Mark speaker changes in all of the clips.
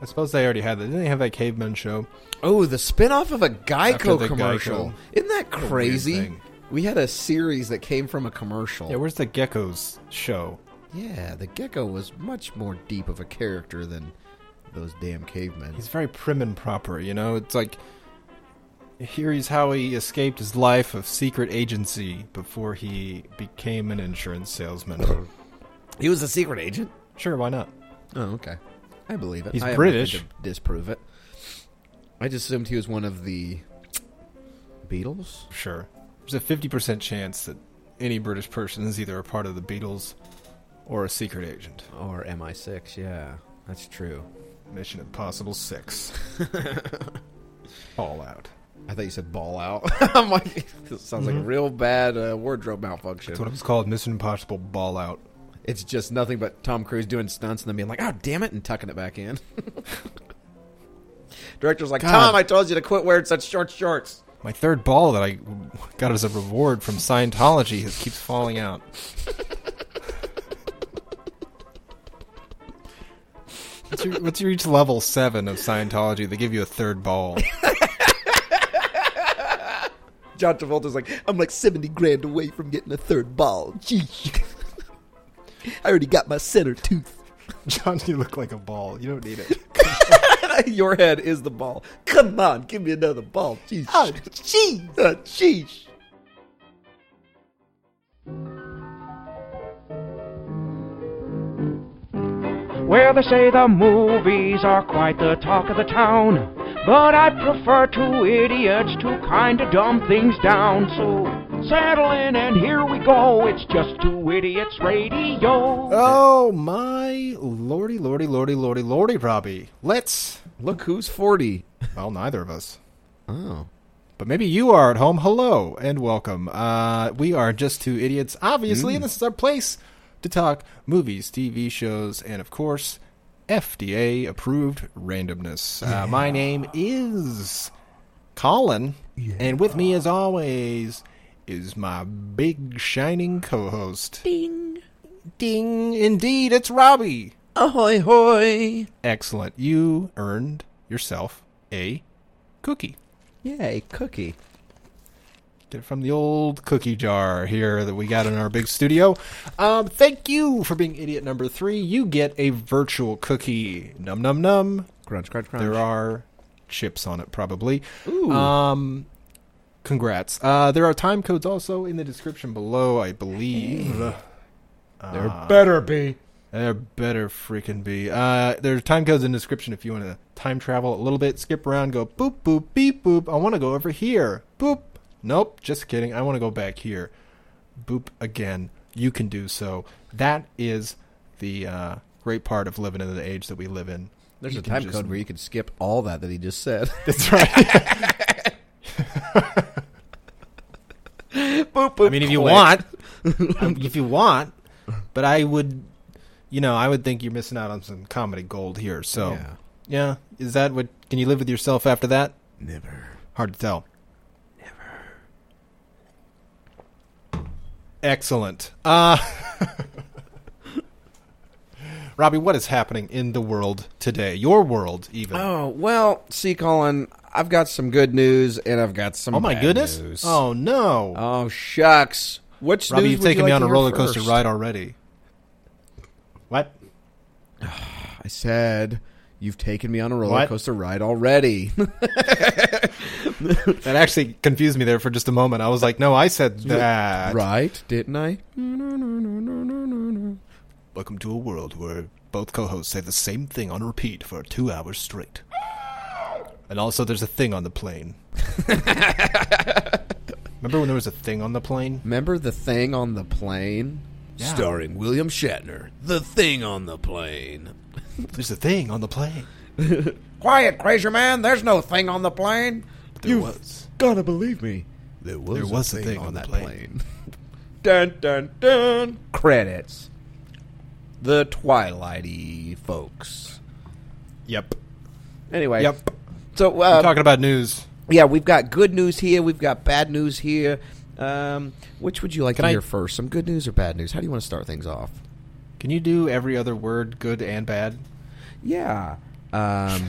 Speaker 1: I suppose they already had that. Didn't they have that caveman show?
Speaker 2: Oh, the spinoff of a Geico
Speaker 1: After the
Speaker 2: commercial.
Speaker 1: Geico.
Speaker 2: Isn't that
Speaker 1: weird
Speaker 2: crazy?
Speaker 1: thing.
Speaker 2: We had a series that came from a commercial.
Speaker 1: Yeah, where's the geckos show?
Speaker 2: Yeah, the gecko was much more deep of a character than those damn cavemen.
Speaker 1: He's very prim and proper, you know? It's like here is how he escaped his life of secret agency before he became an insurance salesman.
Speaker 2: He was a secret agent.
Speaker 1: sure, why not?
Speaker 2: Oh, okay. I believe it.
Speaker 1: He's
Speaker 2: I have nothing
Speaker 1: British.
Speaker 2: To disprove it. I just assumed he was one of the Beatles.
Speaker 1: Sure. There's a 50% chance that any British person is either a part of the Beatles or a secret agent.
Speaker 2: Or MI6, yeah. That's true.
Speaker 1: Mission Impossible 6. Fallout.
Speaker 2: I thought you said ball out. I'm like, this sounds like a real bad uh, wardrobe malfunction.
Speaker 1: Mm-hmm. That's what it was called Mission Impossible Ball Out.
Speaker 2: It's just nothing but Tom Cruise doing stunts and then being like, oh, damn it, and tucking it back in. Director's like, Tom, I told you to quit wearing such short shorts.
Speaker 1: My third ball that I got as a reward from Scientology has keeps falling out. Once you, once you reach level seven of Scientology, they give you a third ball.
Speaker 2: John Travolta's like, I'm like 70 grand away from getting a third ball. Gee. I already got my center tooth.
Speaker 1: John, you look like a ball. You don't need it.
Speaker 2: Your head is the ball. Come on, give me another ball. Jeez. Oh, jeez. Oh, jeez.
Speaker 3: where they say the movies are quite the talk of the town. But I prefer two idiots to kinda dumb things down, so saddle in and here we go. It's just two idiots radio.
Speaker 1: Oh my lordy, lordy, lordy, lordy, lordy, Robbie. Let's.
Speaker 2: Look who's 40.
Speaker 1: Well, neither of us.
Speaker 2: Oh.
Speaker 1: But maybe you are at home. Hello and welcome. Uh, we are just two idiots, obviously, and this is our place to talk movies, TV shows, and of course, FDA approved randomness. Uh, my name is Colin, and with me, as always, is my big shining co host. Ding. Ding. Indeed, it's Robbie.
Speaker 2: Ahoy, hoy.
Speaker 1: Excellent. You earned yourself a cookie.
Speaker 2: Yay, cookie.
Speaker 1: They're from the old cookie jar here that we got in our big studio. Um, thank you for being idiot number three. You get a virtual cookie. Num num num.
Speaker 2: Crunch, crunch, crunch.
Speaker 1: There are chips on it, probably. Ooh. Um, congrats. Uh, there are time codes also in the description below, I believe. Uh,
Speaker 2: There better be.
Speaker 1: There better freaking be. Uh, there are time codes in the description if you want to time travel a little bit, skip around, go boop, boop, beep, boop. I want to go over here. Boop. Nope, just kidding. I want to go back here. Boop again. You can do so. That is the uh, great part of living in the age that we live in.
Speaker 2: There's
Speaker 1: You
Speaker 2: a
Speaker 1: can
Speaker 2: time
Speaker 1: just-
Speaker 2: code where you can skip all that that he just said.
Speaker 1: That's right.
Speaker 2: boop, boop,
Speaker 1: I mean, if you want, um, if you want, but I would, you know, I would think you're missing out on some comedy gold here. So,
Speaker 2: Yeah.
Speaker 1: yeah. is that what? Can you live with yourself after that?
Speaker 2: Never.
Speaker 1: Hard to tell. Never. Excellent. Uh, Robbie, what is happening in the world today? Your world, even.
Speaker 2: Oh, well, see, Colin, I've got some good news and I've got some
Speaker 1: Oh, my
Speaker 2: bad
Speaker 1: goodness.
Speaker 2: news.
Speaker 1: Oh, no.
Speaker 2: Oh, shucks. Which
Speaker 1: Robbie,
Speaker 2: news
Speaker 1: you've
Speaker 2: would you
Speaker 1: taken me
Speaker 2: like
Speaker 1: on
Speaker 2: to
Speaker 1: a
Speaker 2: hear
Speaker 1: roller coaster
Speaker 2: first?
Speaker 1: ride already. What?
Speaker 2: I said, you've taken me on a roller
Speaker 1: What?
Speaker 2: coaster ride already.
Speaker 1: That actually confused me there for just a moment. I was like, no, I said that.
Speaker 2: right? Didn't I?
Speaker 1: Welcome to a world where both co hosts say the same thing on repeat for two hours straight. And also, there's a thing on the plane. Remember when there was a thing on the plane?
Speaker 2: Remember the thing on the plane?
Speaker 1: Yeah.
Speaker 2: Starring William Shatner. The thing on the plane.
Speaker 1: There's a thing on the plane.
Speaker 2: Quiet, crazy man. There's no thing on the plane.
Speaker 1: There was.
Speaker 2: Gotta believe me. There was,
Speaker 1: There was a thing on the plane.
Speaker 2: dun dun dun. Credits. The Twilighty folks.
Speaker 1: Yep.
Speaker 2: Anyway.
Speaker 1: Yep.
Speaker 2: So
Speaker 1: We're
Speaker 2: uh,
Speaker 1: talking about news.
Speaker 2: yeah, we've got good news here. We've got bad news here. Um, which would you like
Speaker 1: Can
Speaker 2: to
Speaker 1: I-
Speaker 2: hear first? Some good news or bad news? How do you want to start things off?
Speaker 1: Can you do every other word, good and bad?
Speaker 2: Yeah. Um,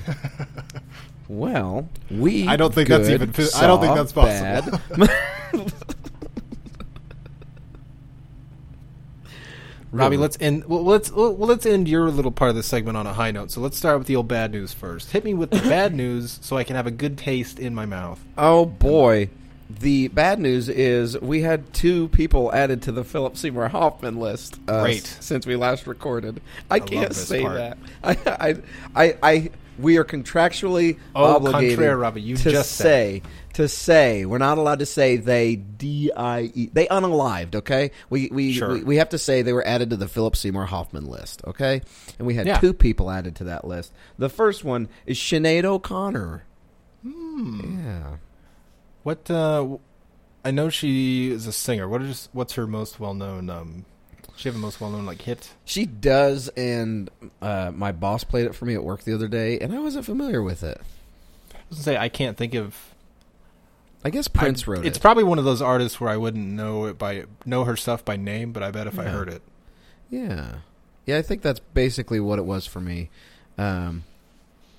Speaker 2: well, we.
Speaker 1: I don't think that's
Speaker 2: good
Speaker 1: even phys- I don't think
Speaker 2: saw
Speaker 1: that's possible.
Speaker 2: bad.
Speaker 1: Robbie, let's end. Well, let's well, let's end your little part of the segment on a high note. So let's start with the old bad news first. Hit me with the bad news so I can have a good taste in my mouth.
Speaker 2: Oh boy. The bad news is we had two people added to the Philip Seymour Hoffman list uh,
Speaker 1: Great.
Speaker 2: s- since we last recorded. I, can't
Speaker 1: this
Speaker 2: say
Speaker 1: part.
Speaker 2: that. I, I, I, I, we are contractually
Speaker 1: Au
Speaker 2: obligated
Speaker 1: contraire, Robbie, you
Speaker 2: to
Speaker 1: just said
Speaker 2: say to say we're not allowed to say they die they unalived. Okay, we we,
Speaker 1: Sure.
Speaker 2: we we have to say they were added to the Philip Seymour Hoffman list. Okay, and we had
Speaker 1: Yeah.
Speaker 2: two people added to that list. The first one is Sinead O'Connor. Hmm. Yeah.
Speaker 1: What uh, w- I know she is a singer. What is what's her most well known? Um, she have a most well known like hit.
Speaker 2: She does, and uh, my boss played it for me at work the other day, and I wasn't familiar with it.
Speaker 1: I was gonna say I can't think of.
Speaker 2: I guess Prince
Speaker 1: I-
Speaker 2: wrote
Speaker 1: It's
Speaker 2: it.
Speaker 1: probably one of those artists where I wouldn't know it by know her stuff by name, but I bet if I
Speaker 2: Yeah.
Speaker 1: heard it,
Speaker 2: yeah, yeah. I think that's basically what it was for me. Um,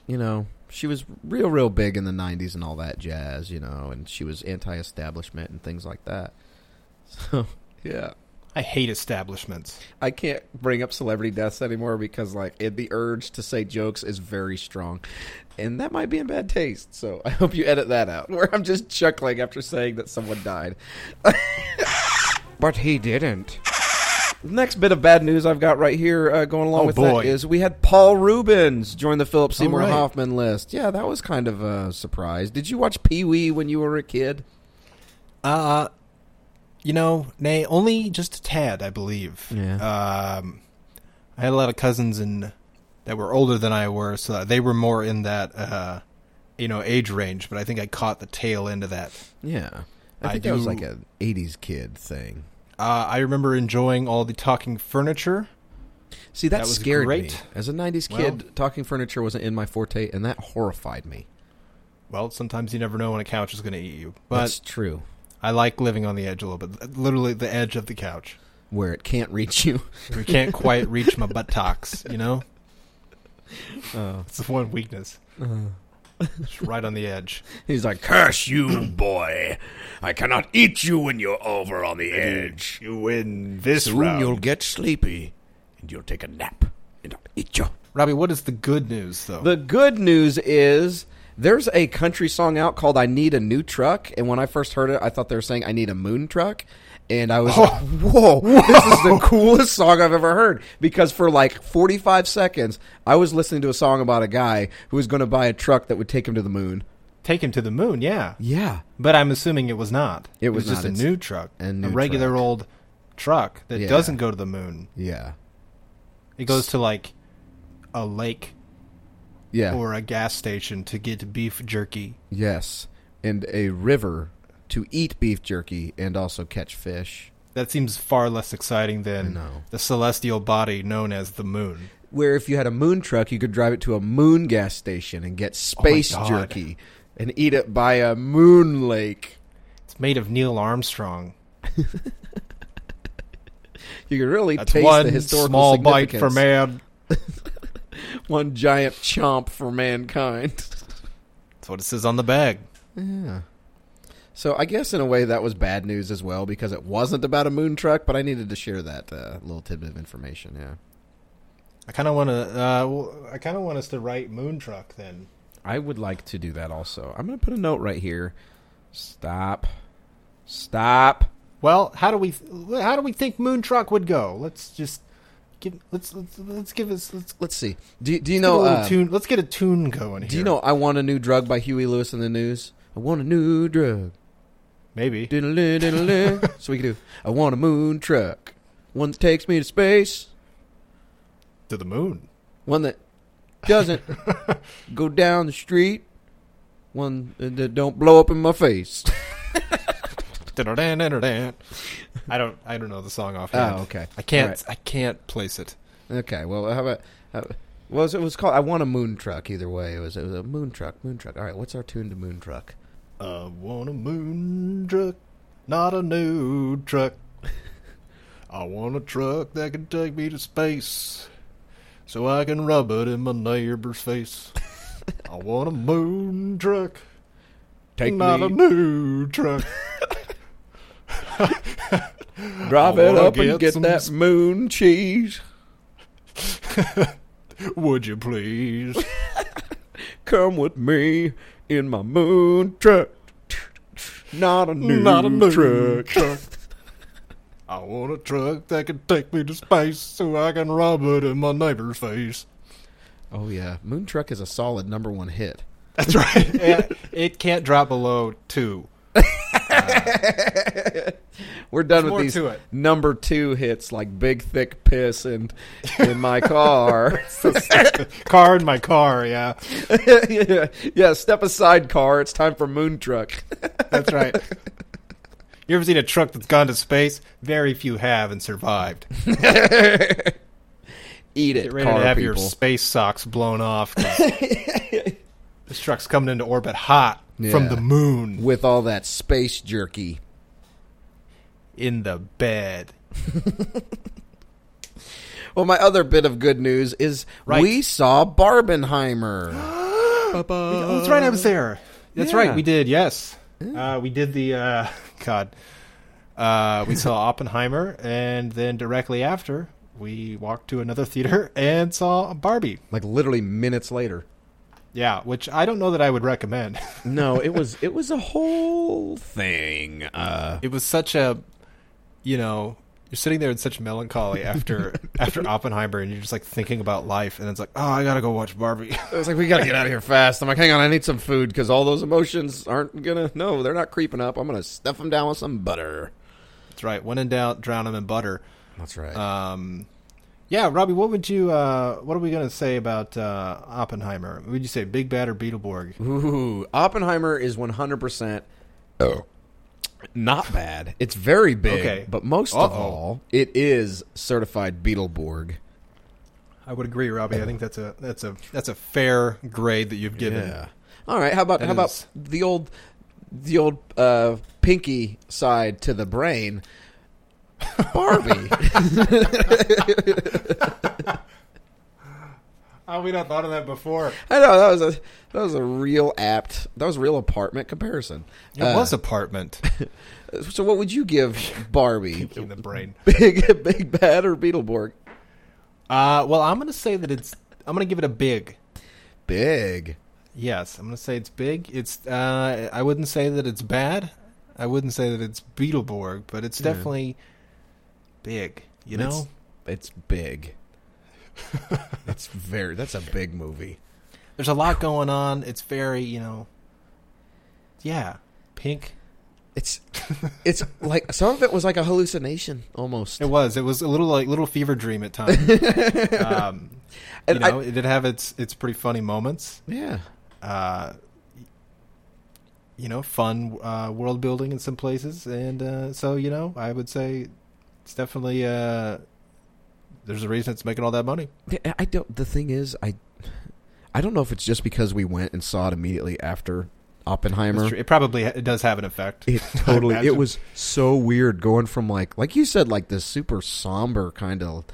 Speaker 2: you know, she was real, real big in the '90s and all that jazz. You know, and she was anti-establishment and things like that. So yeah.
Speaker 1: I hate establishments.
Speaker 2: I can't bring up celebrity deaths anymore because like it, the urge to say jokes is very strong, and that might be in bad taste. So I hope you edit that out. Where I'm just chuckling after saying that someone died, but he didn't. Next bit of bad news I've got right here uh, going along
Speaker 1: Oh,
Speaker 2: with
Speaker 1: boy.
Speaker 2: that is we had Paul Rubens join the Philip Seymour
Speaker 1: right.
Speaker 2: Hoffman list. Yeah, that was kind of a surprise. Did you watch Pee Wee when you were a kid?
Speaker 1: Uh you know, nay, only just a tad, I believe.
Speaker 2: Yeah.
Speaker 1: Um, I had a lot of cousins in that were older than I were, so they were more in that uh, you know age range. But I think I caught the tail end of that.
Speaker 2: Yeah, I
Speaker 1: I
Speaker 2: think that was
Speaker 1: do-
Speaker 2: like an '80s kid thing.
Speaker 1: Uh, I remember enjoying all the talking furniture.
Speaker 2: See, that,
Speaker 1: That was
Speaker 2: scared
Speaker 1: great.
Speaker 2: me. As a 90s
Speaker 1: Well-
Speaker 2: kid, talking furniture wasn't in my forte, and that horrified me.
Speaker 1: Well, sometimes you never know when a couch is going to eat you, but
Speaker 2: That's true.
Speaker 1: I like living on the edge a little bit, literally the edge of the couch.
Speaker 2: Where it can't reach you.
Speaker 1: We can't quite reach my buttocks, you know.
Speaker 2: Oh.
Speaker 1: It's the one weakness.
Speaker 2: Uh-huh.
Speaker 1: It's right on the edge.
Speaker 2: He's like,
Speaker 4: Curse you, boy. I cannot eat you when you're over on the edge.
Speaker 1: You win this
Speaker 4: Soon you'll get sleepy, and you'll take a nap, and I'll eat you.
Speaker 1: Robbie, what is the good news though?
Speaker 2: The good news is there's a country song out called I Need a New Truck. And when I first heard it, I thought they were saying I Need a Moon Truck. And I was like, whoa, this is the coolest song I've ever heard. Because for like 45 seconds, I was listening to a song about a guy who was going to buy a truck that would take him to the moon.
Speaker 1: Take him to the moon, yeah.
Speaker 2: Yeah.
Speaker 1: But I'm assuming it was not.
Speaker 2: It was
Speaker 1: just
Speaker 2: not.
Speaker 1: a
Speaker 2: It's
Speaker 1: new truck,
Speaker 2: a new
Speaker 1: regular
Speaker 2: truck.
Speaker 1: old truck that
Speaker 2: Yeah.
Speaker 1: doesn't go to the moon.
Speaker 2: Yeah.
Speaker 1: It goes to like a lake
Speaker 2: Yeah.
Speaker 1: or a gas station to get beef jerky.
Speaker 2: Yes, and a river to eat beef jerky and also catch fish.
Speaker 1: That seems far less exciting than
Speaker 2: know.
Speaker 1: the celestial body known as the moon.
Speaker 2: Where if you had a moon truck, you could drive it to a moon gas station and get space
Speaker 1: God.
Speaker 2: jerky and eat it by a moon lake.
Speaker 1: It's made of Neil Armstrong.
Speaker 2: You could really
Speaker 1: That's
Speaker 2: taste the
Speaker 1: one
Speaker 2: historical
Speaker 1: small bite for
Speaker 2: significance.
Speaker 1: man.
Speaker 2: One giant chomp for mankind.
Speaker 1: That's what it says on the bag.
Speaker 2: yeah. So I guess in a way that was bad news as well because it wasn't about a moon truck, but I needed to share that uh, little tidbit of information. Yeah.
Speaker 1: I kind of want to. Uh, well, I kind of want us to write moon truck then.
Speaker 2: I would like to do that also. I'm going to put a note right here. Stop. Stop.
Speaker 1: Well, how do we how do we think Moon Truck would go? Let's just give let's let's, let's give us let's get
Speaker 2: Let's see. Do, do you
Speaker 1: a
Speaker 2: know?
Speaker 1: little
Speaker 2: uh,
Speaker 1: tune. Let's get a tune going here.
Speaker 2: do you know? I want a new drug by Huey Lewis in the news. I want a new drug.
Speaker 1: maybe
Speaker 2: Diddle-ly, diddle-ly. so we can do. I want a moon truck. One that takes me to space.
Speaker 1: to the moon?
Speaker 2: One that doesn't go down the street. One that that don't blow up in my face.
Speaker 1: Dun-dun-dun-dun-dun. I don't I don't know the song offhand.
Speaker 2: Oh, okay.
Speaker 1: I can't
Speaker 2: All
Speaker 1: I can't place it.
Speaker 2: Okay. Well, how about? How, well, it was called. I want a moon truck. Either way, it was. It was a moon truck. Moon truck. All right. What's our tune to moon truck?
Speaker 1: I want a moon truck, not a new truck. I want a truck that can take me to space. so I can rub it in my neighbor's face. I want a moon truck,
Speaker 2: Take
Speaker 1: not a
Speaker 2: me,
Speaker 1: new truck.
Speaker 2: drive
Speaker 1: I
Speaker 2: it
Speaker 1: wanna
Speaker 2: up
Speaker 1: get
Speaker 2: and get
Speaker 1: some
Speaker 2: that
Speaker 1: s-
Speaker 2: moon cheese.
Speaker 1: Would you please?
Speaker 2: Come with me in my moon truck. Not a new,
Speaker 1: not a new
Speaker 2: truck.
Speaker 1: truck. I want a truck that can take me to space so I can rub it in my neighbor's face.
Speaker 2: Oh yeah, moon truck is a solid number one hit.
Speaker 1: That's right. it can't drop below two.
Speaker 2: We're
Speaker 1: There's
Speaker 2: done with
Speaker 1: more
Speaker 2: these
Speaker 1: to it.
Speaker 2: number two hits like big thick piss and in my car.
Speaker 1: car in my car, yeah.
Speaker 2: yeah, yeah, step aside, car. It's time for moon truck.
Speaker 1: That's right. You ever seen a truck that's gone to space? Very few have and survived.
Speaker 2: Eat it,
Speaker 1: Get ready
Speaker 2: car
Speaker 1: to have
Speaker 2: people.
Speaker 1: your space socks blown off. 'cause this truck's coming into orbit hot
Speaker 2: Yeah.
Speaker 1: from the moon
Speaker 2: with all that space jerky.
Speaker 1: in the bed.
Speaker 2: Well, my other bit of good news is
Speaker 1: Right.
Speaker 2: we saw Barbenheimer.
Speaker 1: Oh, that's right, I was there. That's
Speaker 2: Yeah.
Speaker 1: right, we did. Yes, uh, we did the uh, God. Uh, we saw Oppenheimer, and then directly after, we walked to another theater and saw Barbie.
Speaker 2: like literally minutes later.
Speaker 1: Yeah, which I don't know that I would recommend.
Speaker 2: No, it was it was a whole thing. Uh,
Speaker 1: it was such a, you know, you're sitting there in such melancholy after after Oppenheimer, and you're just like thinking about life, and it's like, oh, I gotta go watch Barbie.
Speaker 2: I was like, we gotta get out of here fast. I'm like, hang on, I need some food because all those emotions aren't gonna. No, they're not creeping up. I'm gonna stuff them down with some butter.
Speaker 1: that's right. When in doubt, drown him in butter.
Speaker 2: That's right.
Speaker 1: Um, yeah, Robbie, what would you? Uh, what are we going to say about uh, Oppenheimer? Would you say Big Bad or Beetleborg?
Speaker 2: Ooh, Oppenheimer is 100% oh. not bad. It's very big,
Speaker 1: Okay.
Speaker 2: but most of
Speaker 1: Uh-oh.
Speaker 2: all, it is certified Beetleborg.
Speaker 1: I would agree, Robbie. I think that's a that's a that's a fair grade that you've given.
Speaker 2: All right, how about
Speaker 1: That
Speaker 2: how about
Speaker 1: is-
Speaker 2: the old the old uh, pinky side to the brain? Barbie.
Speaker 1: How Oh, have we not thought of that before?
Speaker 2: I know that was a that was a real apt that was a real apartment comparison. Uh,
Speaker 1: It was apartment
Speaker 2: So what would you give Barbie?
Speaker 1: in the brain.
Speaker 2: big big bad or Beetleborg?
Speaker 1: Uh, well, I'm going to say that it's. I'm going to give it a big.
Speaker 2: Big.
Speaker 1: Yes, I'm going to say it's big. It's. Uh, I wouldn't say that it's bad. I wouldn't say that it's Beetleborg, but it's definitely big. You know,
Speaker 2: It's- it's big. it's very. That's a big movie.
Speaker 1: there's a lot going on. It's very, you know, yeah, pink.
Speaker 2: It's it's like some of it was like a hallucination almost.
Speaker 1: It was. It was a little like little fever dream at times. um, you
Speaker 2: And I-
Speaker 1: know, it did have its its pretty funny moments.
Speaker 2: yeah,
Speaker 1: Uh, you know, fun uh, world building in some places, and uh, so you know, I would say it's definitely uh, there's a reason it's making all that money.
Speaker 2: I- I don't. The thing is, I I don't know if it's just because we went and saw it immediately after Oppenheimer.
Speaker 1: It's true. It probably ha- it does have an effect.
Speaker 2: It
Speaker 1: I
Speaker 2: totally. it
Speaker 1: imagine.
Speaker 2: was so weird going from like like you said like this super somber kind of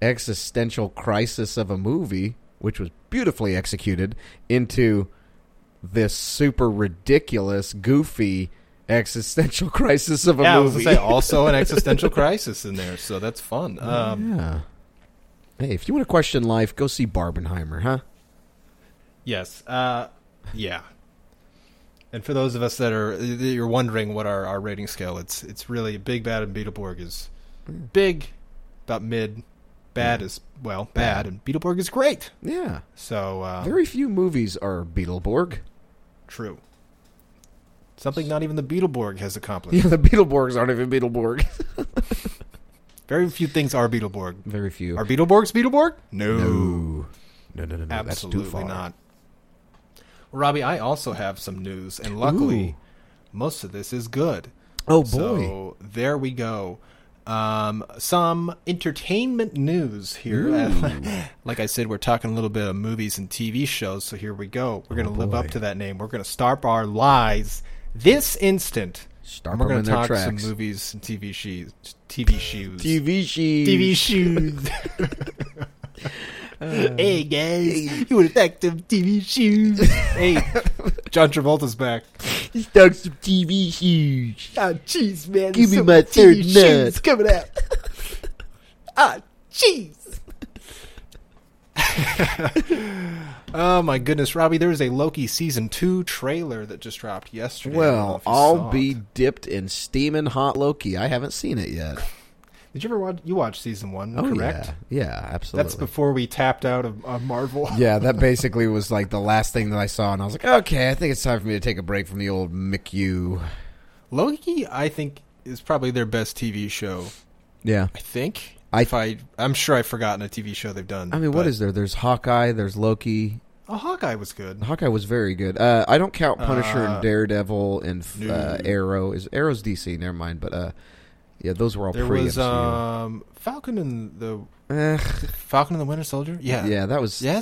Speaker 2: existential crisis of a movie, which was beautifully executed, into this super ridiculous, goofy existential crisis of a
Speaker 1: Yeah, I was
Speaker 2: movie.
Speaker 1: gonna say also an existential crisis in there, so that's fun. Um,
Speaker 2: yeah. Hey, if you want to question life, go see Barbenheimer, huh?
Speaker 1: Yes. Uh, yeah. And for those of us that are that you're wondering what our, our rating scale, it's it's really big, bad, and Beetleborg is big, about mid, bad is well bad, and Beetleborg is great.
Speaker 2: Yeah.
Speaker 1: So uh,
Speaker 2: Very few movies are Beetleborg.
Speaker 1: true. Something not even the Beetleborg has accomplished.
Speaker 2: Yeah, the Beetleborgs aren't even Beetleborg.
Speaker 1: Very few things are Beetleborg.
Speaker 2: Very few.
Speaker 1: Are Beetleborgs Beetleborg? No,
Speaker 2: no, no, no, no, no.
Speaker 1: absolutely
Speaker 2: that's too far.
Speaker 1: not. Well, Robbie, I also have some news, and luckily,
Speaker 2: Ooh.
Speaker 1: most of this is good.
Speaker 2: Oh boy!
Speaker 1: So there we go. Um, some entertainment news here. like I said, we're talking a little bit of movies and TV shows. So here we go. We're
Speaker 2: Oh,
Speaker 1: going to live up to that name. We're going to stop our lies this instant.
Speaker 2: Stop
Speaker 1: And we're
Speaker 2: 'em
Speaker 1: gonna
Speaker 2: in their
Speaker 1: talk
Speaker 2: tracks.
Speaker 1: some movies and TV shoes. TV shoes.
Speaker 2: TV shoes.
Speaker 1: TV shoes. hey guys, you would affect them TV shoes. hey, John Travolta's back.
Speaker 5: This dog's some TV huge.
Speaker 1: Ah, jeez, man.
Speaker 5: Give me my third nut.
Speaker 1: coming out. ah, jeez. oh my goodness, Robbie! There is a Loki season two trailer that just dropped yesterday. I don't know
Speaker 2: Well,
Speaker 1: if you saw
Speaker 2: I'll
Speaker 1: it.
Speaker 2: be dipped in steaming hot Loki. I haven't seen it yet.
Speaker 1: Did you ever watch? You watched season one,
Speaker 2: Oh,
Speaker 1: correct?
Speaker 2: Yeah, yeah absolutely.
Speaker 1: That's before we tapped out of, of Marvel.
Speaker 2: yeah, that basically was like the last thing that I saw, and I was like, okay, I think it's time for me to take a break from the old MCU.
Speaker 1: Loki, I think, is probably their best TV show.
Speaker 2: Yeah.
Speaker 1: I think.
Speaker 2: I-
Speaker 1: if I, I'm sure I've forgotten a TV show they've done.
Speaker 2: I mean, what
Speaker 1: but-
Speaker 2: is there? There's Hawkeye, there's Loki.
Speaker 1: Oh, Hawkeye was good.
Speaker 2: Hawkeye was very good. Uh, I don't count Punisher
Speaker 1: Uh,
Speaker 2: and Daredevil and f-
Speaker 1: no.
Speaker 2: uh, Arrow. Is Arrow's DC? Never mind. But uh, yeah, those were all
Speaker 1: There
Speaker 2: pre
Speaker 1: was
Speaker 2: MCU.
Speaker 1: um, Falcon and the
Speaker 2: Eh,
Speaker 1: Falcon and the Winter Soldier. Yeah.
Speaker 2: yeah, that was yeah.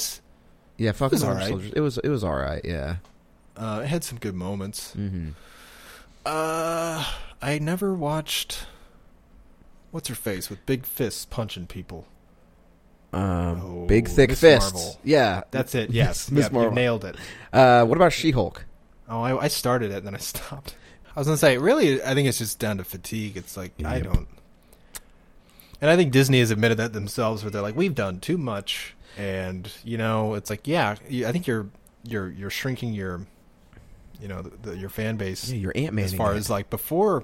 Speaker 1: Yes.
Speaker 2: Falcon
Speaker 1: was
Speaker 2: and
Speaker 1: all
Speaker 2: Winter
Speaker 1: right.
Speaker 2: Soldier. It was it was all right. Yeah.
Speaker 1: Uh, it had some good moments.
Speaker 2: Mm-hmm.
Speaker 1: Uh, I never watched. What's her face with big fists punching people?
Speaker 2: Um,
Speaker 1: Oh,
Speaker 2: big thick
Speaker 1: Miss
Speaker 2: fists.
Speaker 1: Marvel.
Speaker 2: Yeah.
Speaker 1: That's it. Yes,
Speaker 2: Miss
Speaker 1: Yep, you
Speaker 2: Marvel.
Speaker 1: nailed it.
Speaker 2: Uh, what about She Hulk?
Speaker 1: Oh, I, I started it and then I stopped. I was gonna say, really, I think it's just down to fatigue. It's like I
Speaker 2: Yep.
Speaker 1: don't, and I think Disney has admitted that themselves, where they're like, we've done too much, and you know, it's like, yeah, you- I think you're you're you're shrinking your, you know, the, the, your fan base
Speaker 2: your Ant Man.
Speaker 1: as far as like before,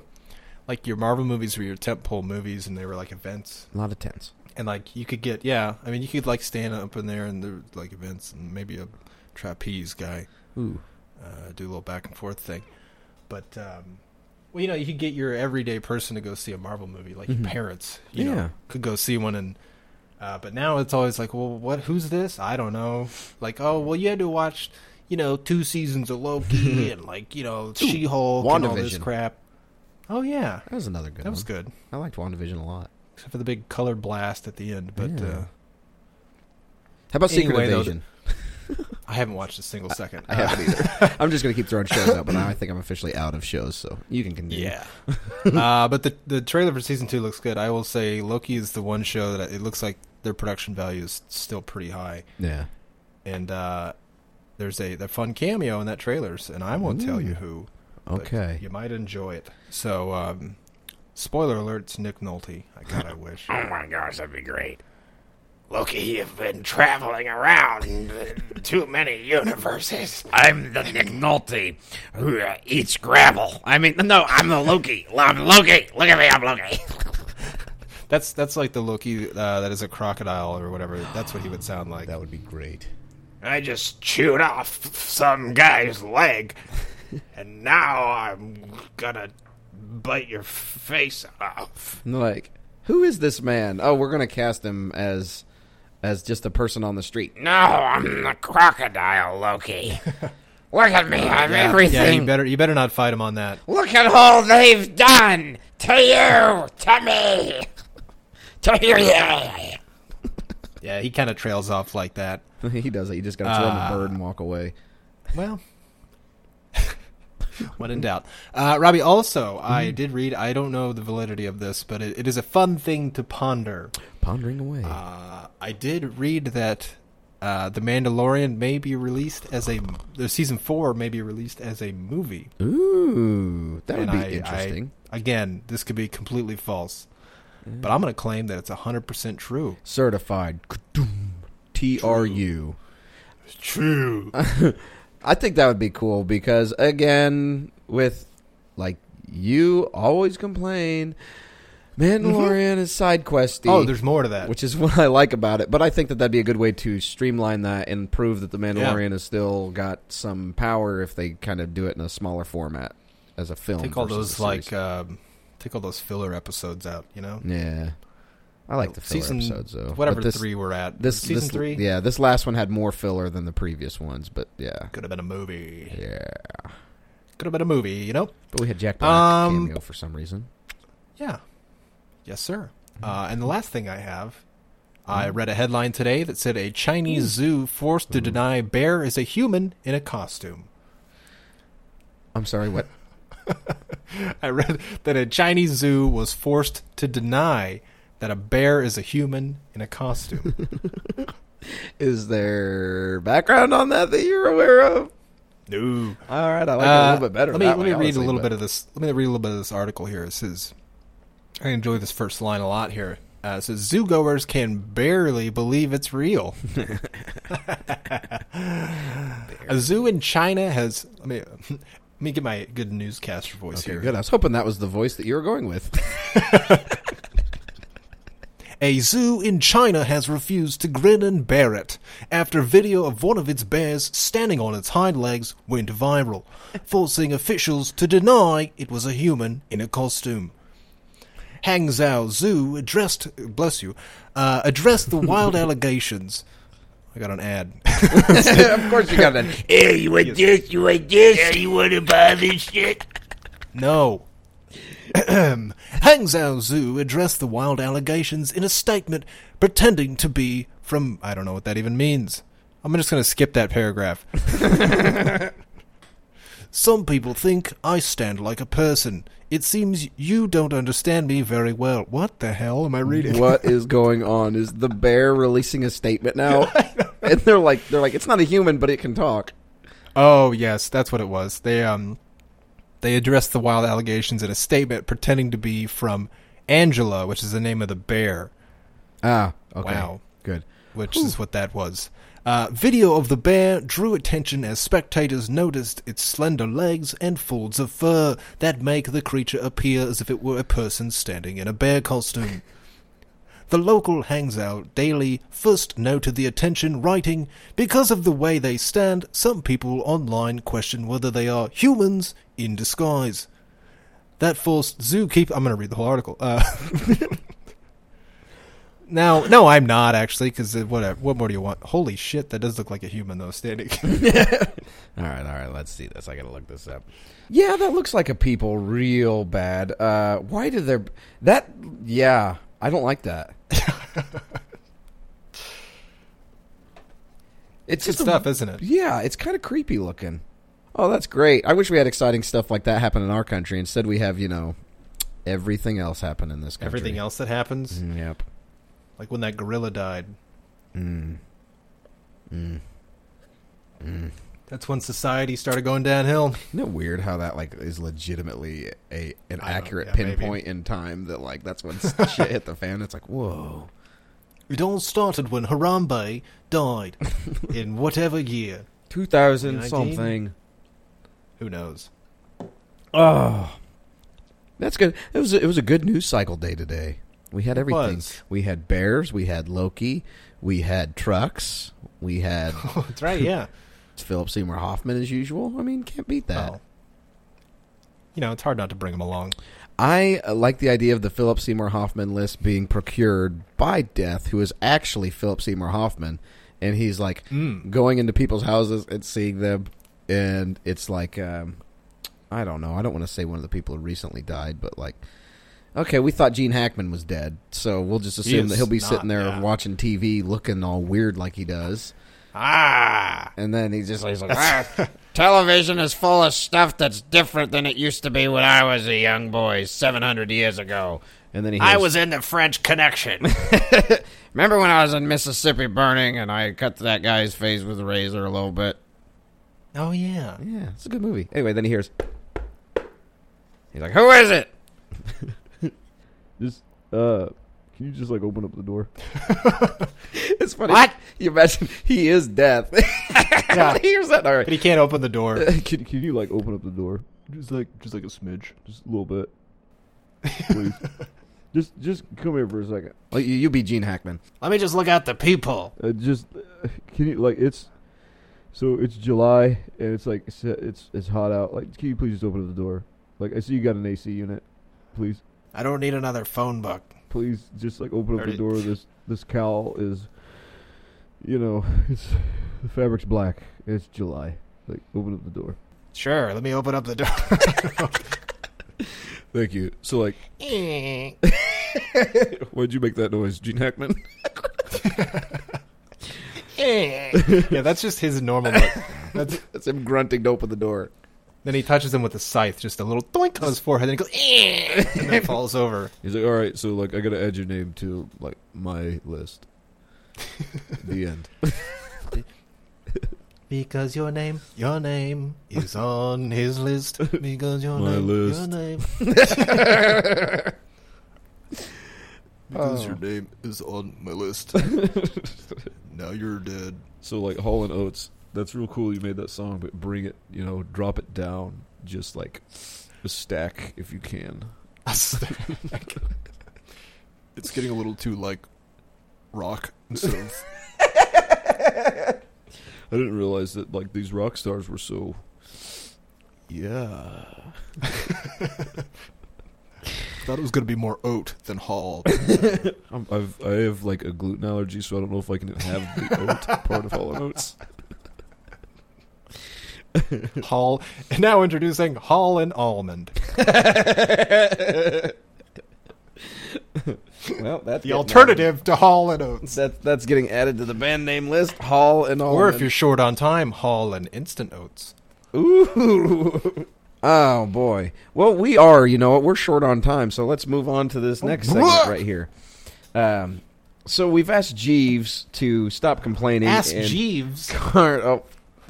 Speaker 1: like your Marvel movies were your tentpole movies, and they were like events,
Speaker 2: a lot of tens.
Speaker 1: and like you could get, yeah, I mean, you could like stand up in there and there like events, and maybe a trapeze guy
Speaker 2: Ooh.
Speaker 1: uh, do a little back and forth thing. But um, well, you know, you could get your everyday person to go see a Marvel movie, like your parents, you
Speaker 2: Mm-hmm. Yeah.
Speaker 1: know, could go see one. And uh, but now it's always like, well, what? Who's this? I don't know. Like, oh, well, you had to watch, you know, two seasons of Loki and like, you know, She Hulk and all this
Speaker 2: WandaVision.
Speaker 1: crap. Oh yeah,
Speaker 2: That was another good.
Speaker 1: that was
Speaker 2: one.
Speaker 1: good,
Speaker 2: I liked WandaVision a lot.
Speaker 1: except for the big color blast at the end. But
Speaker 2: Yeah.
Speaker 1: uh,
Speaker 2: How about
Speaker 1: Anyway,
Speaker 2: Secret
Speaker 1: though,
Speaker 2: Invasion?
Speaker 1: I haven't watched a single second.
Speaker 2: I haven't either. I'm just gonna keep throwing shows out, but now I think I'm officially out of shows, so you can continue.
Speaker 1: Yeah. uh, but the the trailer for season two looks good. I will say Loki is the one show that it looks like their production value is still pretty high,
Speaker 2: Yeah.
Speaker 1: and uh, there's a the fun cameo in that trailers, and I won't tell you who. but
Speaker 2: Okay.
Speaker 1: You might enjoy it. So, um, spoiler alert: it's Nick Nolte. I God, I wish.
Speaker 4: Oh my gosh, that'd be great. Loki, you've been traveling around too many universes. I'm the Nick Nolte who uh, eats gravel. I mean, no, I'm the Loki. I'm Loki. Look at me, I'm Loki.
Speaker 1: That's that's like the Loki uh, that is a crocodile or whatever. That's what he would sound like.
Speaker 2: would be great.
Speaker 4: I just chewed off some guy's leg, and now I'm gonna bite your face off.
Speaker 2: And they're like, who is this man? Oh, we're gonna cast him as as just a person on the street.
Speaker 4: No, I'm the crocodile, Loki. Look at me, I'm
Speaker 1: yeah,
Speaker 4: everything.
Speaker 1: you better you better not fight him on that.
Speaker 4: Look at all they've done to you, to me, to you.
Speaker 1: Yeah, he kind of trails off like that.
Speaker 2: he does it. You just gotta throw him a bird and
Speaker 1: Ah.
Speaker 2: walk away.
Speaker 1: Well, when in doubt. Uh, Robbie, also,
Speaker 2: Mm-hmm.
Speaker 1: I did read, I don't know the validity of this, but it, it is a fun thing to ponder.
Speaker 2: Pondering away.
Speaker 1: Uh, I did read that uh, The Mandalorian may be released as a, the season four may be released as a movie.
Speaker 2: Ooh, that would
Speaker 1: And
Speaker 2: be
Speaker 1: I- I-
Speaker 2: interesting.
Speaker 1: again, this could be completely false, but I'm going to claim that it's 100% true.
Speaker 2: Certified. T R U.
Speaker 1: True.
Speaker 2: I think that would be cool because again, with like you always complain, Mandalorian is side questy.
Speaker 1: Mm-hmm. oh, there's more to that.
Speaker 2: which is what I like about it. But I think that that'd be a good way to streamline that and prove that the Mandalorian has still got some power if they kind of do it in a smaller format as a film.
Speaker 1: take all
Speaker 2: versus
Speaker 1: those,
Speaker 2: a
Speaker 1: like,
Speaker 2: series.
Speaker 1: um, take all those filler episodes out, you know?
Speaker 2: yeah, I like the filler
Speaker 1: season
Speaker 2: episodes though. But
Speaker 1: Whatever
Speaker 2: this,
Speaker 1: three we're at.
Speaker 2: this
Speaker 1: season
Speaker 2: this-
Speaker 1: three
Speaker 2: yeah, this last one had more filler than the previous ones, but yeah,
Speaker 1: could have been a movie.
Speaker 2: yeah.
Speaker 1: Could have been a movie, you know?
Speaker 2: But we had Jack Black
Speaker 1: Um,
Speaker 2: cameo for some reason.
Speaker 1: Yeah. Yes, sir. Uh, and the last thing I have, I read a headline today that said a Chinese zoo forced to deny bear is a human in a costume.
Speaker 2: I'm sorry, what?
Speaker 1: I read that a Chinese zoo was forced to deny that a bear is a human in a costume.
Speaker 2: Is there background on that that you're aware of?
Speaker 1: No.
Speaker 2: All right, I like it a little bit better.
Speaker 1: Uh, Let me
Speaker 2: that
Speaker 1: let me
Speaker 2: way,
Speaker 1: read
Speaker 2: honestly,
Speaker 1: a little
Speaker 2: but-
Speaker 1: bit of this. Let me read a little bit of this article here. It says, I enjoy this first line a lot here. Uh, it says zoogoers can barely believe it's real. a zoo in China has. Let me let me get my good newscaster voice
Speaker 2: Okay,
Speaker 1: here.
Speaker 2: good. I was hoping that was the voice that you were going with.
Speaker 1: A zoo in China has refused to grin and bear it after video of one of its bears standing on its hind legs went viral, forcing officials to deny it was a human in a costume. Hangzhou Zoo addressed, bless you, uh, addressed the wild allegations. I got an ad.
Speaker 2: of course, you got that.
Speaker 4: Hey, you want this? You want this? Hey, you want to buy this shit?
Speaker 1: No. Hangzhou Zoo addressed the wild allegations in a statement pretending to be from. I don't know what that even means. I'm just going to skip that paragraph. Some people think I stand like a person. It seems you don't understand me very well. What the hell am I reading?
Speaker 2: What is going on? Is the bear releasing a statement now? and they're like, they're like, it's not a human, but it can talk.
Speaker 1: Oh yes, that's what it was. They um they addressed the wild allegations in a statement pretending to be from Angela, which is the name of the bear.
Speaker 2: Ah, okay,
Speaker 1: Wow.
Speaker 2: good.
Speaker 1: which is what that was. Uh, video of the bear drew attention as spectators noticed its slender legs and folds of fur that make the creature appear as if it were a person standing in a bear costume. The local Hangzhou Daily first noted the attention, writing, Because of the way they stand, some people online question whether they are humans in disguise. That forced zookeeper. I'm going to read the whole article. Uh, now, no, I'm not actually, because what, what more do you want? Holy shit, that does look like a human, though, standing.
Speaker 2: All right, all right. Let's see this. I gotta look this up. Yeah, that looks like a people real bad. Uh, why did there? That yeah, I don't like that. it's
Speaker 1: Good
Speaker 2: just a-
Speaker 1: stuff, isn't it?
Speaker 2: Yeah, it's kind of creepy looking. Oh, that's great. I wish we had exciting stuff like that happen in our country. Instead, we have you know everything else happen in this country. Mm,
Speaker 1: Everything else that happens,
Speaker 2: Yep.
Speaker 1: like when that gorilla died. Mm. Mm. Mm. That's when society started going downhill.
Speaker 2: Isn't it weird how that like is legitimately a an
Speaker 1: I don't-
Speaker 2: accurate
Speaker 1: yeah, maybe.
Speaker 2: pinpoint in time that like that's when shit hit the fan. It's like whoa.
Speaker 1: It all started when Harambe died in whatever year.
Speaker 2: 2000
Speaker 1: 19?
Speaker 2: something.
Speaker 1: Who knows?
Speaker 2: Oh. That's good. It was a, it was a good news cycle day today. We had everything.
Speaker 1: was.
Speaker 2: We had bears, we had Loki, we had trucks, we had
Speaker 1: That's right, yeah.
Speaker 2: Philip Seymour Hoffman as usual. I mean, can't beat that.
Speaker 1: Well, you know, it's hard not to bring him along.
Speaker 2: I uh, like the idea of the Philip Seymour Hoffman list being procured by Death, who is actually Philip Seymour Hoffman, and he's like going into people's houses and seeing them, and it's like um, I don't know. I don't want to say one of the people who recently died, but like, okay, we thought Gene Hackman was dead, so we'll just assume that
Speaker 1: is
Speaker 2: he'll be
Speaker 1: not,
Speaker 2: sitting there
Speaker 1: yeah.
Speaker 2: watching TV, looking all weird like he does,
Speaker 4: Ah.
Speaker 2: and then he's just like,
Speaker 4: Ah, Television is full of stuff that's different than it used to be when I was a young boy 700 years ago.
Speaker 2: and then he
Speaker 4: I
Speaker 2: hears-
Speaker 4: was in the French Connection. Remember when I was in Mississippi burning and I cut that guy's face with a razor a little bit?
Speaker 1: Oh, yeah.
Speaker 2: yeah, it's a good movie. Anyway, then he hears.
Speaker 4: He's like, Who is it?
Speaker 6: Just uh, can you just like open up the door?
Speaker 2: It's funny. What? You imagine he is death. he hears that. All
Speaker 1: But
Speaker 2: right.
Speaker 1: he can't open the door.
Speaker 6: Can Can you like open up the door? Just like just like a smidge, just a little bit, please. just just come here for a second.
Speaker 2: Well, you, you be Gene Hackman.
Speaker 4: Let me just look out the peephole.
Speaker 6: Uh, just uh, can you like it's so it's July and it's like it's it's, it's hot out. Like, can you please just open up the door? Like, I see you got an AC unit. Please,
Speaker 1: I don't need another phone book.
Speaker 6: please, just like open up
Speaker 1: Already-
Speaker 6: the door. This this cowl is, you know, it's the fabric's black. It's July. Like, open up the door.
Speaker 1: Sure, let me open up the door.
Speaker 2: Thank you. So, like, why'd you make that noise, Gene Hackman?
Speaker 1: yeah, that's just his normal. look. That's,
Speaker 2: That's him grunting to open the door.
Speaker 1: then he touches him with a scythe, just a little doink on his forehead, and he goes, "Eh," and then falls over.
Speaker 6: He's like, all right, so like I gotta add your name to like my list.
Speaker 2: the end.
Speaker 1: Because your name, your name is on his list. Because your
Speaker 6: My
Speaker 1: name, your
Speaker 6: list.
Speaker 1: name. because
Speaker 2: Oh.
Speaker 1: your name is on my list. now you're dead.
Speaker 6: So like Hall and Oates, that's real cool. You made that song, but bring it, you know, drop it down, just like a stack if you can.
Speaker 1: it's getting a little too like rock instead of
Speaker 6: I didn't realize that like these rock stars were so. Yeah,
Speaker 1: thought it was going to be more oat than hall.
Speaker 6: I'm, um, I've I have like a gluten allergy, so I don't know if I can have the oat part of Hall and Oates.
Speaker 1: hall. And now introducing Hall and Almond,
Speaker 2: Well, that's
Speaker 1: the alternative to Hall and Oats.
Speaker 2: That, that's getting added to the band name list. Hall and all.
Speaker 1: Or if you're short on time, Hall and Instant Oats.
Speaker 2: Ooh. Oh boy. Well, we are. You know what? We're short on time, so let's move on to this next segment right here. Um, so we've asked Jeeves to stop complaining.
Speaker 1: Ask
Speaker 2: and-
Speaker 1: Jeeves.
Speaker 2: oh,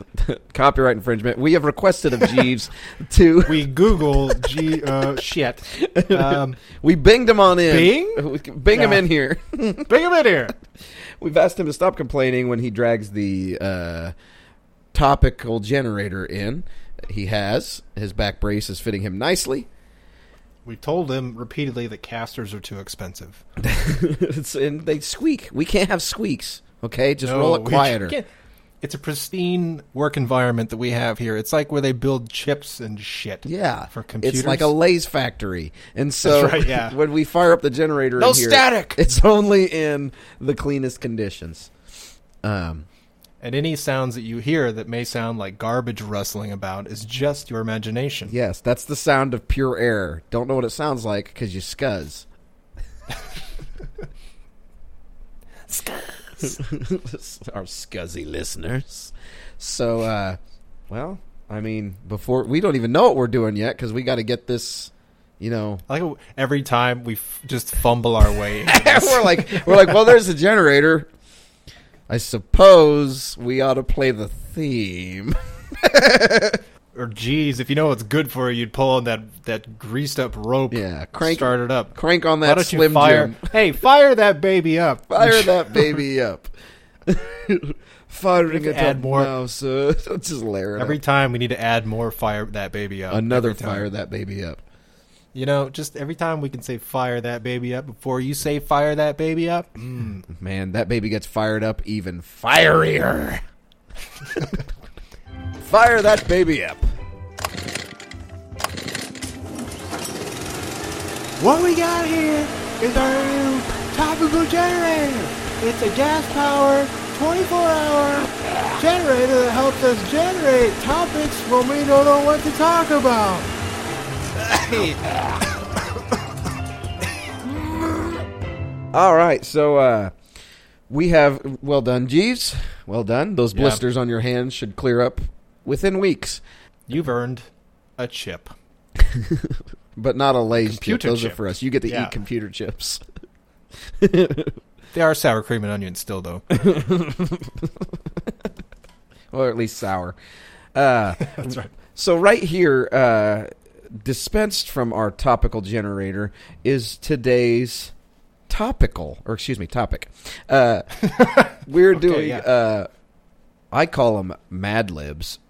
Speaker 2: copyright infringement. We have requested of Jeeves to.
Speaker 1: We Google G uh, shit. Um,
Speaker 2: We binged him on in.
Speaker 1: Bing?
Speaker 2: We can Bing him
Speaker 1: Yeah.
Speaker 2: in here.
Speaker 1: bring him in here.
Speaker 2: We've asked him to stop complaining when he drags the uh, topical generator in. He has. His back brace is fitting him nicely.
Speaker 1: We told him repeatedly that casters are too expensive.
Speaker 2: It's- and they squeak. We can't have squeaks. Okay, just roll it
Speaker 1: we
Speaker 2: quieter.
Speaker 1: can't- It's a pristine work environment that we have here. It's like where they build chips and shit.
Speaker 2: Yeah,
Speaker 1: for computers.
Speaker 2: It's like a Lay's factory, and so
Speaker 1: That's right, yeah.
Speaker 2: when we fire up the generator,
Speaker 1: No
Speaker 2: in here,
Speaker 1: static!
Speaker 2: It's only in the cleanest conditions. Um,
Speaker 1: and any sounds that you hear that may sound like garbage rustling about is just your imagination.
Speaker 2: yes, that's the sound of pure air. Don't know what it sounds like because you scuzz. scuzz. Our scuzzy listeners. So, uh, well, I mean, before we don't even know what we're doing yet because we got to get this. You know,
Speaker 1: I like how every time we f- just fumble our way. into this.
Speaker 2: we're like we're like well there's the generator i suppose we ought to play the theme
Speaker 1: or geez, if you know what's good for you, you'd pull on that that greased up rope.
Speaker 2: Yeah, crank-
Speaker 1: start it up.
Speaker 2: crank on
Speaker 1: Why
Speaker 2: that
Speaker 1: don't you
Speaker 2: slim
Speaker 1: fire?
Speaker 2: jim
Speaker 1: Hey, fire that baby up.
Speaker 2: fire that baby up firing it
Speaker 1: add
Speaker 2: up
Speaker 1: more.
Speaker 2: now sir uh, just layer it
Speaker 1: Every
Speaker 2: up.
Speaker 1: time we need to add more fire that baby up.
Speaker 2: another
Speaker 1: Every time.
Speaker 2: fire that baby up
Speaker 1: You know, just every time we can say fire that baby up before you say fire that baby up.
Speaker 2: man that baby gets fired up even fierier fire that baby up
Speaker 1: What we got here is our new topical generator. It's a gas-powered, 24-hour generator that helps us generate topics when we don't know what to talk about.
Speaker 2: All right, so uh, we have well done, Jeeves. Well done. Those
Speaker 1: Yeah.
Speaker 2: blisters on your hands should clear up within weeks,
Speaker 1: You've earned a chip.
Speaker 2: but not a Lay's chip.
Speaker 1: Computer
Speaker 2: Those
Speaker 1: chip.
Speaker 2: are for us. You get to
Speaker 1: Yeah.
Speaker 2: eat computer chips.
Speaker 1: They are sour cream and onion still, though.
Speaker 2: or at least sour. Uh, That's right. So right here, uh, dispensed from our topical generator is today's topical, or excuse me, topic. Uh, we're doing.
Speaker 1: yeah.
Speaker 2: Uh, I call them Mad Libs.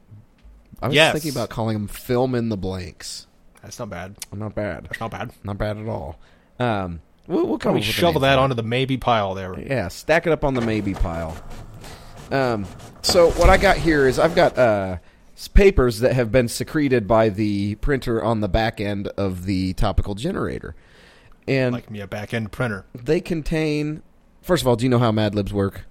Speaker 2: I was
Speaker 1: Yes.
Speaker 2: thinking about calling them film in the blanks.
Speaker 1: That's not bad.
Speaker 2: Not bad.
Speaker 1: Not bad.
Speaker 2: Not bad at all. Um, we'll, we'll
Speaker 1: Let
Speaker 2: come.
Speaker 1: me
Speaker 2: up with a
Speaker 1: shovel
Speaker 2: name
Speaker 1: that
Speaker 2: for
Speaker 1: onto the maybe pile there.
Speaker 2: yeah, stack it up on the maybe pile. Um, so what I got here is I've got uh, s- papers that have been secreted by the printer on the back end of the topical generator, and
Speaker 1: Like me a back end printer.
Speaker 2: they contain. First of all, do you know how Mad Libs work?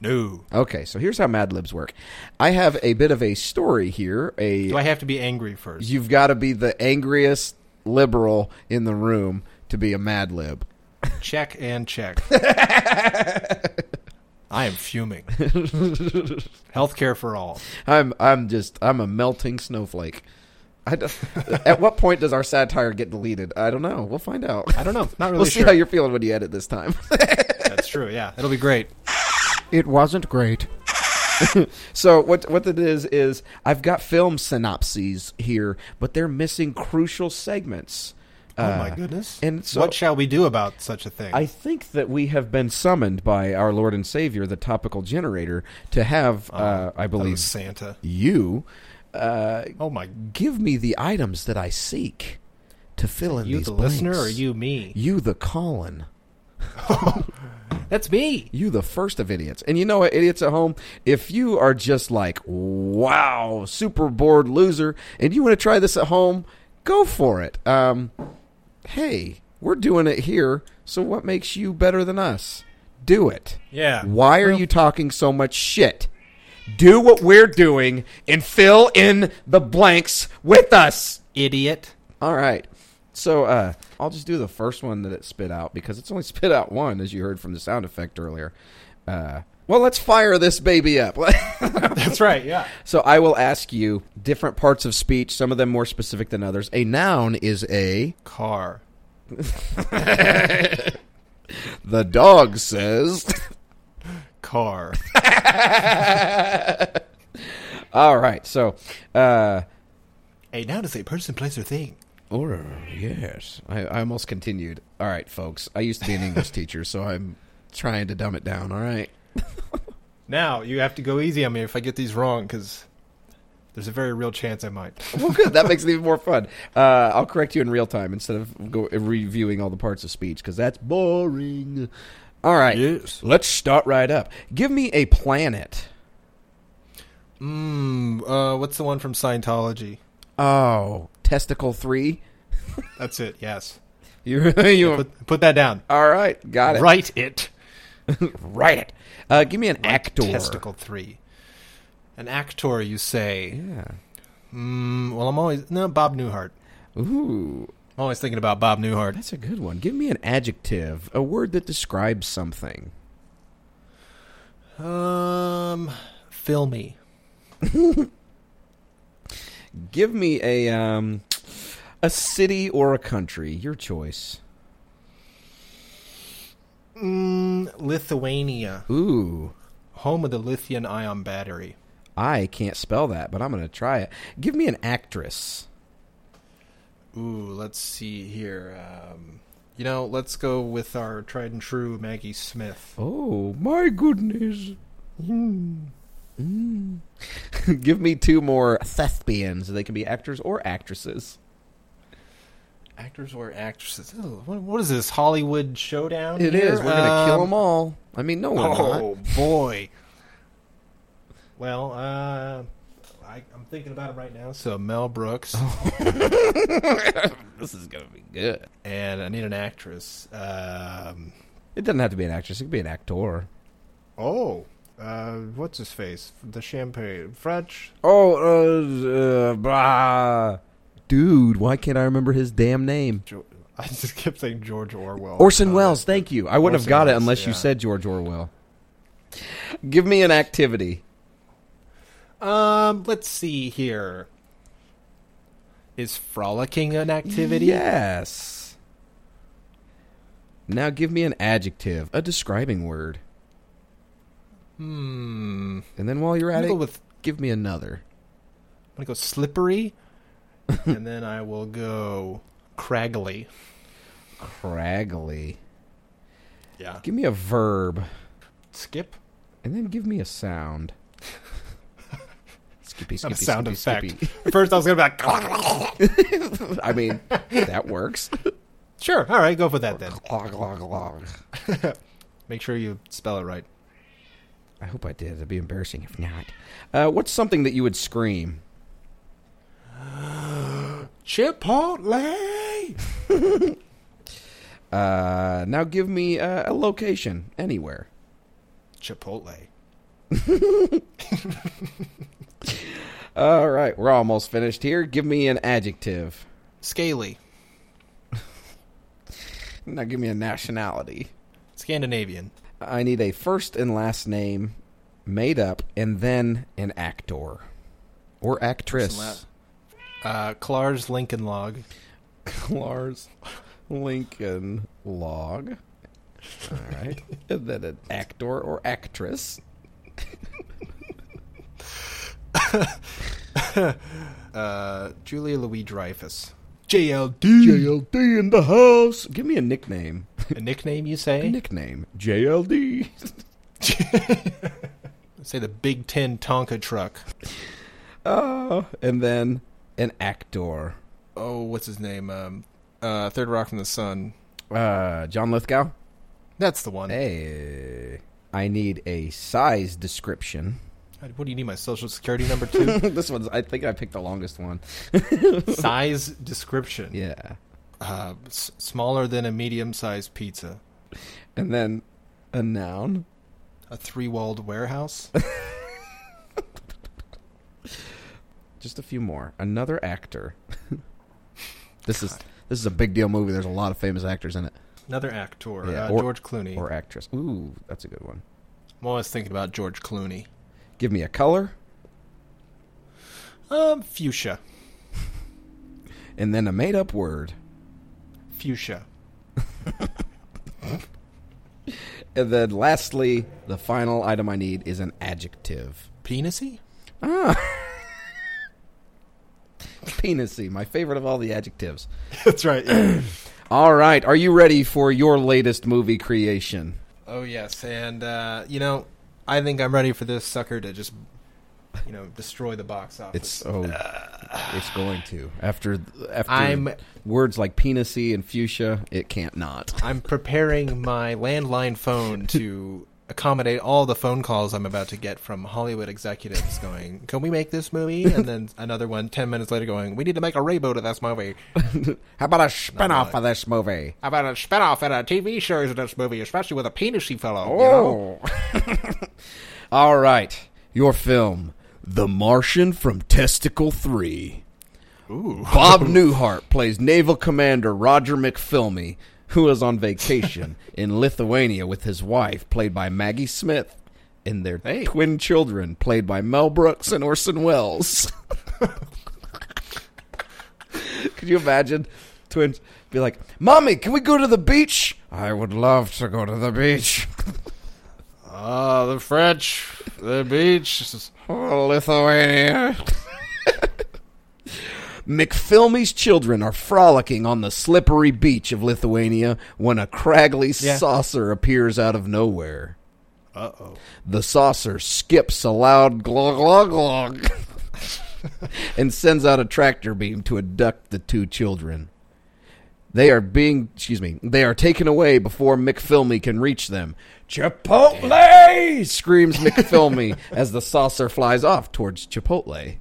Speaker 1: No.
Speaker 2: Okay, so here's how Mad Libs work. I have a bit of a story here. A
Speaker 1: Do I have to be angry first?
Speaker 2: you've got to be the angriest liberal in the room to be a Mad Lib.
Speaker 1: Check and check. I am fuming. Healthcare for all.
Speaker 2: I'm I'm just I'm a melting snowflake. I don't- at what point does our satire get deleted? I don't know. We'll find out.
Speaker 1: I don't know. Not really
Speaker 2: we'll see
Speaker 1: sure.
Speaker 2: how you're feeling when you edit this time.
Speaker 1: That's true. Yeah, it'll be great.
Speaker 7: It wasn't great.
Speaker 2: So what what it is is I've got film synopses here, but they're missing crucial segments.
Speaker 1: oh my
Speaker 2: Uh,
Speaker 1: goodness!
Speaker 2: and so-
Speaker 1: what shall we do about such a thing?
Speaker 2: I think that we have been summoned by our Lord and Savior, the topical generator, to have, uh, I
Speaker 1: Ah, That was
Speaker 2: believe,
Speaker 1: Oh, Santa.
Speaker 2: you uh,
Speaker 1: Oh my!
Speaker 2: give me the items that I seek to fill in
Speaker 1: You
Speaker 2: these
Speaker 1: the listener or
Speaker 2: blanks.
Speaker 1: you me?
Speaker 2: You the Colin.
Speaker 1: That's me.
Speaker 2: You the first of idiots. And you know what, idiots at home, if you are just like, wow, super bored loser, and you want to try this at home, go for it. Um, hey, we're doing it here, so what makes you better than us? Do it.
Speaker 1: Yeah.
Speaker 2: Why are you talking so much shit? Do what we're doing and fill in the blanks with us.
Speaker 1: Idiot.
Speaker 2: All right. So uh, I'll just do the first one that it spit out because it's only spit out one, as you heard from the sound effect earlier. Uh, well, let's fire this baby up.
Speaker 1: That's right. Yeah.
Speaker 2: so I will ask you different parts of speech, some of them more specific than others. A noun is a.
Speaker 1: Car.
Speaker 2: The dog says.
Speaker 1: Car.
Speaker 2: All right. So. Uh,
Speaker 1: a noun is a person, place, or thing.
Speaker 2: Or yes, I, I almost continued. All right, folks. I used to be an English teacher, so I'm trying to dumb it down. All right.
Speaker 1: Now you have to go easy on me if I get these wrong, because there's a very real chance I might.
Speaker 2: Well, good. That makes it even more fun. Uh, I'll correct you in real time instead of go, reviewing all the parts of speech because that's boring. All right.
Speaker 1: Yes.
Speaker 2: Let's start right up. Give me a planet.
Speaker 1: Mmm. Uh, what's the one from Scientology?
Speaker 2: Oh, testicle three.
Speaker 1: That's it. Yes.
Speaker 2: You, you
Speaker 1: Put, put that down.
Speaker 2: all right? Got it.
Speaker 1: Write it.
Speaker 2: Write it. Uh, give me an actor.
Speaker 1: Testicle three. An actor, you say?
Speaker 2: Yeah.
Speaker 1: Mm, well, I'm always no Bob Newhart.
Speaker 2: Ooh.
Speaker 1: I'm always thinking about Bob Newhart.
Speaker 2: That's a good one. Give me an adjective, a word that describes something.
Speaker 1: Um, filmy.
Speaker 2: Give me a um, a city or a country, your choice.
Speaker 1: Mm, Lithuania,
Speaker 2: Ooh,
Speaker 1: home of the lithium-ion battery.
Speaker 2: I can't spell that, but I'm gonna try it. Give me an actress.
Speaker 1: Ooh, let's see here. Um, you know, let's go with our tried and true Maggie Smith.
Speaker 2: Oh my goodness. Mm. Give me two more thespians. They can be actors or actresses.
Speaker 1: Actors or actresses? Ooh, what, what is this Hollywood showdown?
Speaker 2: It
Speaker 1: here?
Speaker 2: is. We're gonna kill
Speaker 1: Um,
Speaker 2: them all. I mean, no one.
Speaker 1: Oh boy. Well, uh, I, I'm thinking about it right now. So Mel Brooks,
Speaker 2: Oh. This is gonna be good.
Speaker 1: and I need an actress. Um,
Speaker 2: It doesn't have to be an actress. It could be an actor.
Speaker 1: oh, uh, what's his face? The champagne French.
Speaker 2: Oh, uh, uh, blah. dude, why can't I remember his damn name?
Speaker 1: Jo- I just kept saying George Orwell.
Speaker 2: Orson
Speaker 1: Uh,
Speaker 2: Welles, thank you. I wouldn't have
Speaker 1: Orson
Speaker 2: got it
Speaker 1: Welles,
Speaker 2: unless you
Speaker 1: yeah.
Speaker 2: said George Orwell. Give me an activity.
Speaker 1: Um, let's see here. Is frolicking an activity?
Speaker 2: Yes. Now give me an adjective, a describing word.
Speaker 1: Hmm.
Speaker 2: And then while you're
Speaker 1: I'm
Speaker 2: at
Speaker 1: gonna go
Speaker 2: it,
Speaker 1: with.
Speaker 2: give me another.
Speaker 1: I'm gonna go slippery, and then I will go craggly.
Speaker 2: Craggly.
Speaker 1: Yeah.
Speaker 2: Give me a verb.
Speaker 1: Skip.
Speaker 2: And then give me a sound. Skippy,
Speaker 1: Not
Speaker 2: skippy,
Speaker 1: a sound
Speaker 2: skippy,
Speaker 1: effect.
Speaker 2: skippy.
Speaker 1: At first, I was gonna be like,
Speaker 2: I mean, that works.
Speaker 1: sure, all right, go for that then.
Speaker 2: Glog, glog, glog.
Speaker 1: Make sure you spell it right.
Speaker 2: I hope I did. It'd be embarrassing if not. Uh, what's something that you would scream?
Speaker 1: Chipotle.
Speaker 2: Uh, now give me uh, a location anywhere.
Speaker 1: Chipotle.
Speaker 2: All right, we're almost finished here. Give me an adjective.
Speaker 1: Scaly.
Speaker 2: Now give me a nationality.
Speaker 1: Scandinavian.
Speaker 2: I need a first and last name made up, and then an actor or actress.
Speaker 1: First Uh, Clar's Lincoln Log.
Speaker 2: Lars Lincoln Log.
Speaker 1: All right.
Speaker 2: and then an actor or actress.
Speaker 1: Uh, Julia Louis Dreyfus. JLD.
Speaker 2: JLD in the house. Give me a nickname.
Speaker 1: A nickname, you
Speaker 2: A
Speaker 1: say?
Speaker 2: nickname. JLD.
Speaker 1: say the Big Ten Tonka truck.
Speaker 2: Oh, and then an actor.
Speaker 1: Oh, what's his name? Um, uh, Third Rock from the Sun.
Speaker 2: Uh, John Lithgow.
Speaker 1: That's the one.
Speaker 2: Hey, I need a size description.
Speaker 1: What do you need? My social security number too?
Speaker 2: this one's. I think I picked the longest one.
Speaker 1: Size description.
Speaker 2: Yeah,
Speaker 1: Uh, s- smaller than a medium-sized pizza.
Speaker 2: and then a noun.
Speaker 1: A three-walled warehouse.
Speaker 2: Just a few more. Another actor. this is this is a big deal movie. There's a lot of famous actors in it
Speaker 1: Another actor.
Speaker 2: Yeah,
Speaker 1: uh,
Speaker 2: or-
Speaker 1: George Clooney.
Speaker 2: or actress. Ooh, that's a good one.
Speaker 1: I'm always thinking about George Clooney.
Speaker 2: Give me a color
Speaker 1: Um, fuchsia.
Speaker 2: and then a made up word,
Speaker 1: Fuchsia.
Speaker 2: and then lastly, the final item I need is an adjective.
Speaker 1: Penisy?
Speaker 2: Ah. Penisy, my favorite of all the adjectives.
Speaker 1: That's right. yeah.
Speaker 2: All right, are you ready for your latest movie creation?
Speaker 1: oh yes, and uh, you know, I think I'm ready for this sucker to just, you know, destroy the box office.
Speaker 2: It's oh, it's going to after after
Speaker 1: I'm-
Speaker 2: words like penisy and fuchsia. It can't not.
Speaker 1: I'm preparing my landline phone to accommodate all the phone calls I'm about to get from Hollywood executives going, Can we make this movie? And then another one 10 minutes later going, We need to make a reboot of this movie.
Speaker 2: How about a spinoff of this movie?
Speaker 1: How about a spinoff and a TV series of this movie, especially with a penisy fellow? you know?
Speaker 2: Oh, all right, your film, The Martian from Testicle Three. Ooh. Bob Newhart plays Naval Commander Roger McFilmy, who is on vacation in Lithuania with his wife, played by Maggie Smith, and their twin children, played by Mel Brooks and Orson Welles. Could you imagine twins be like, Mommy, can we go to the beach? I would love to go to the beach.
Speaker 4: Ah, the French, the beach.
Speaker 2: Oh, Lithuania. McFilmy's children are frolicking on the slippery beach of Lithuania when a craggly saucer appears out of nowhere. Uh oh. The saucer skips a loud glug glug glug and sends out a tractor beam to abduct the two children. They are being, excuse me, they are taken away before McFilmy can reach them. Chipotle! Screams McFilmy as the saucer flies off towards Chipotle.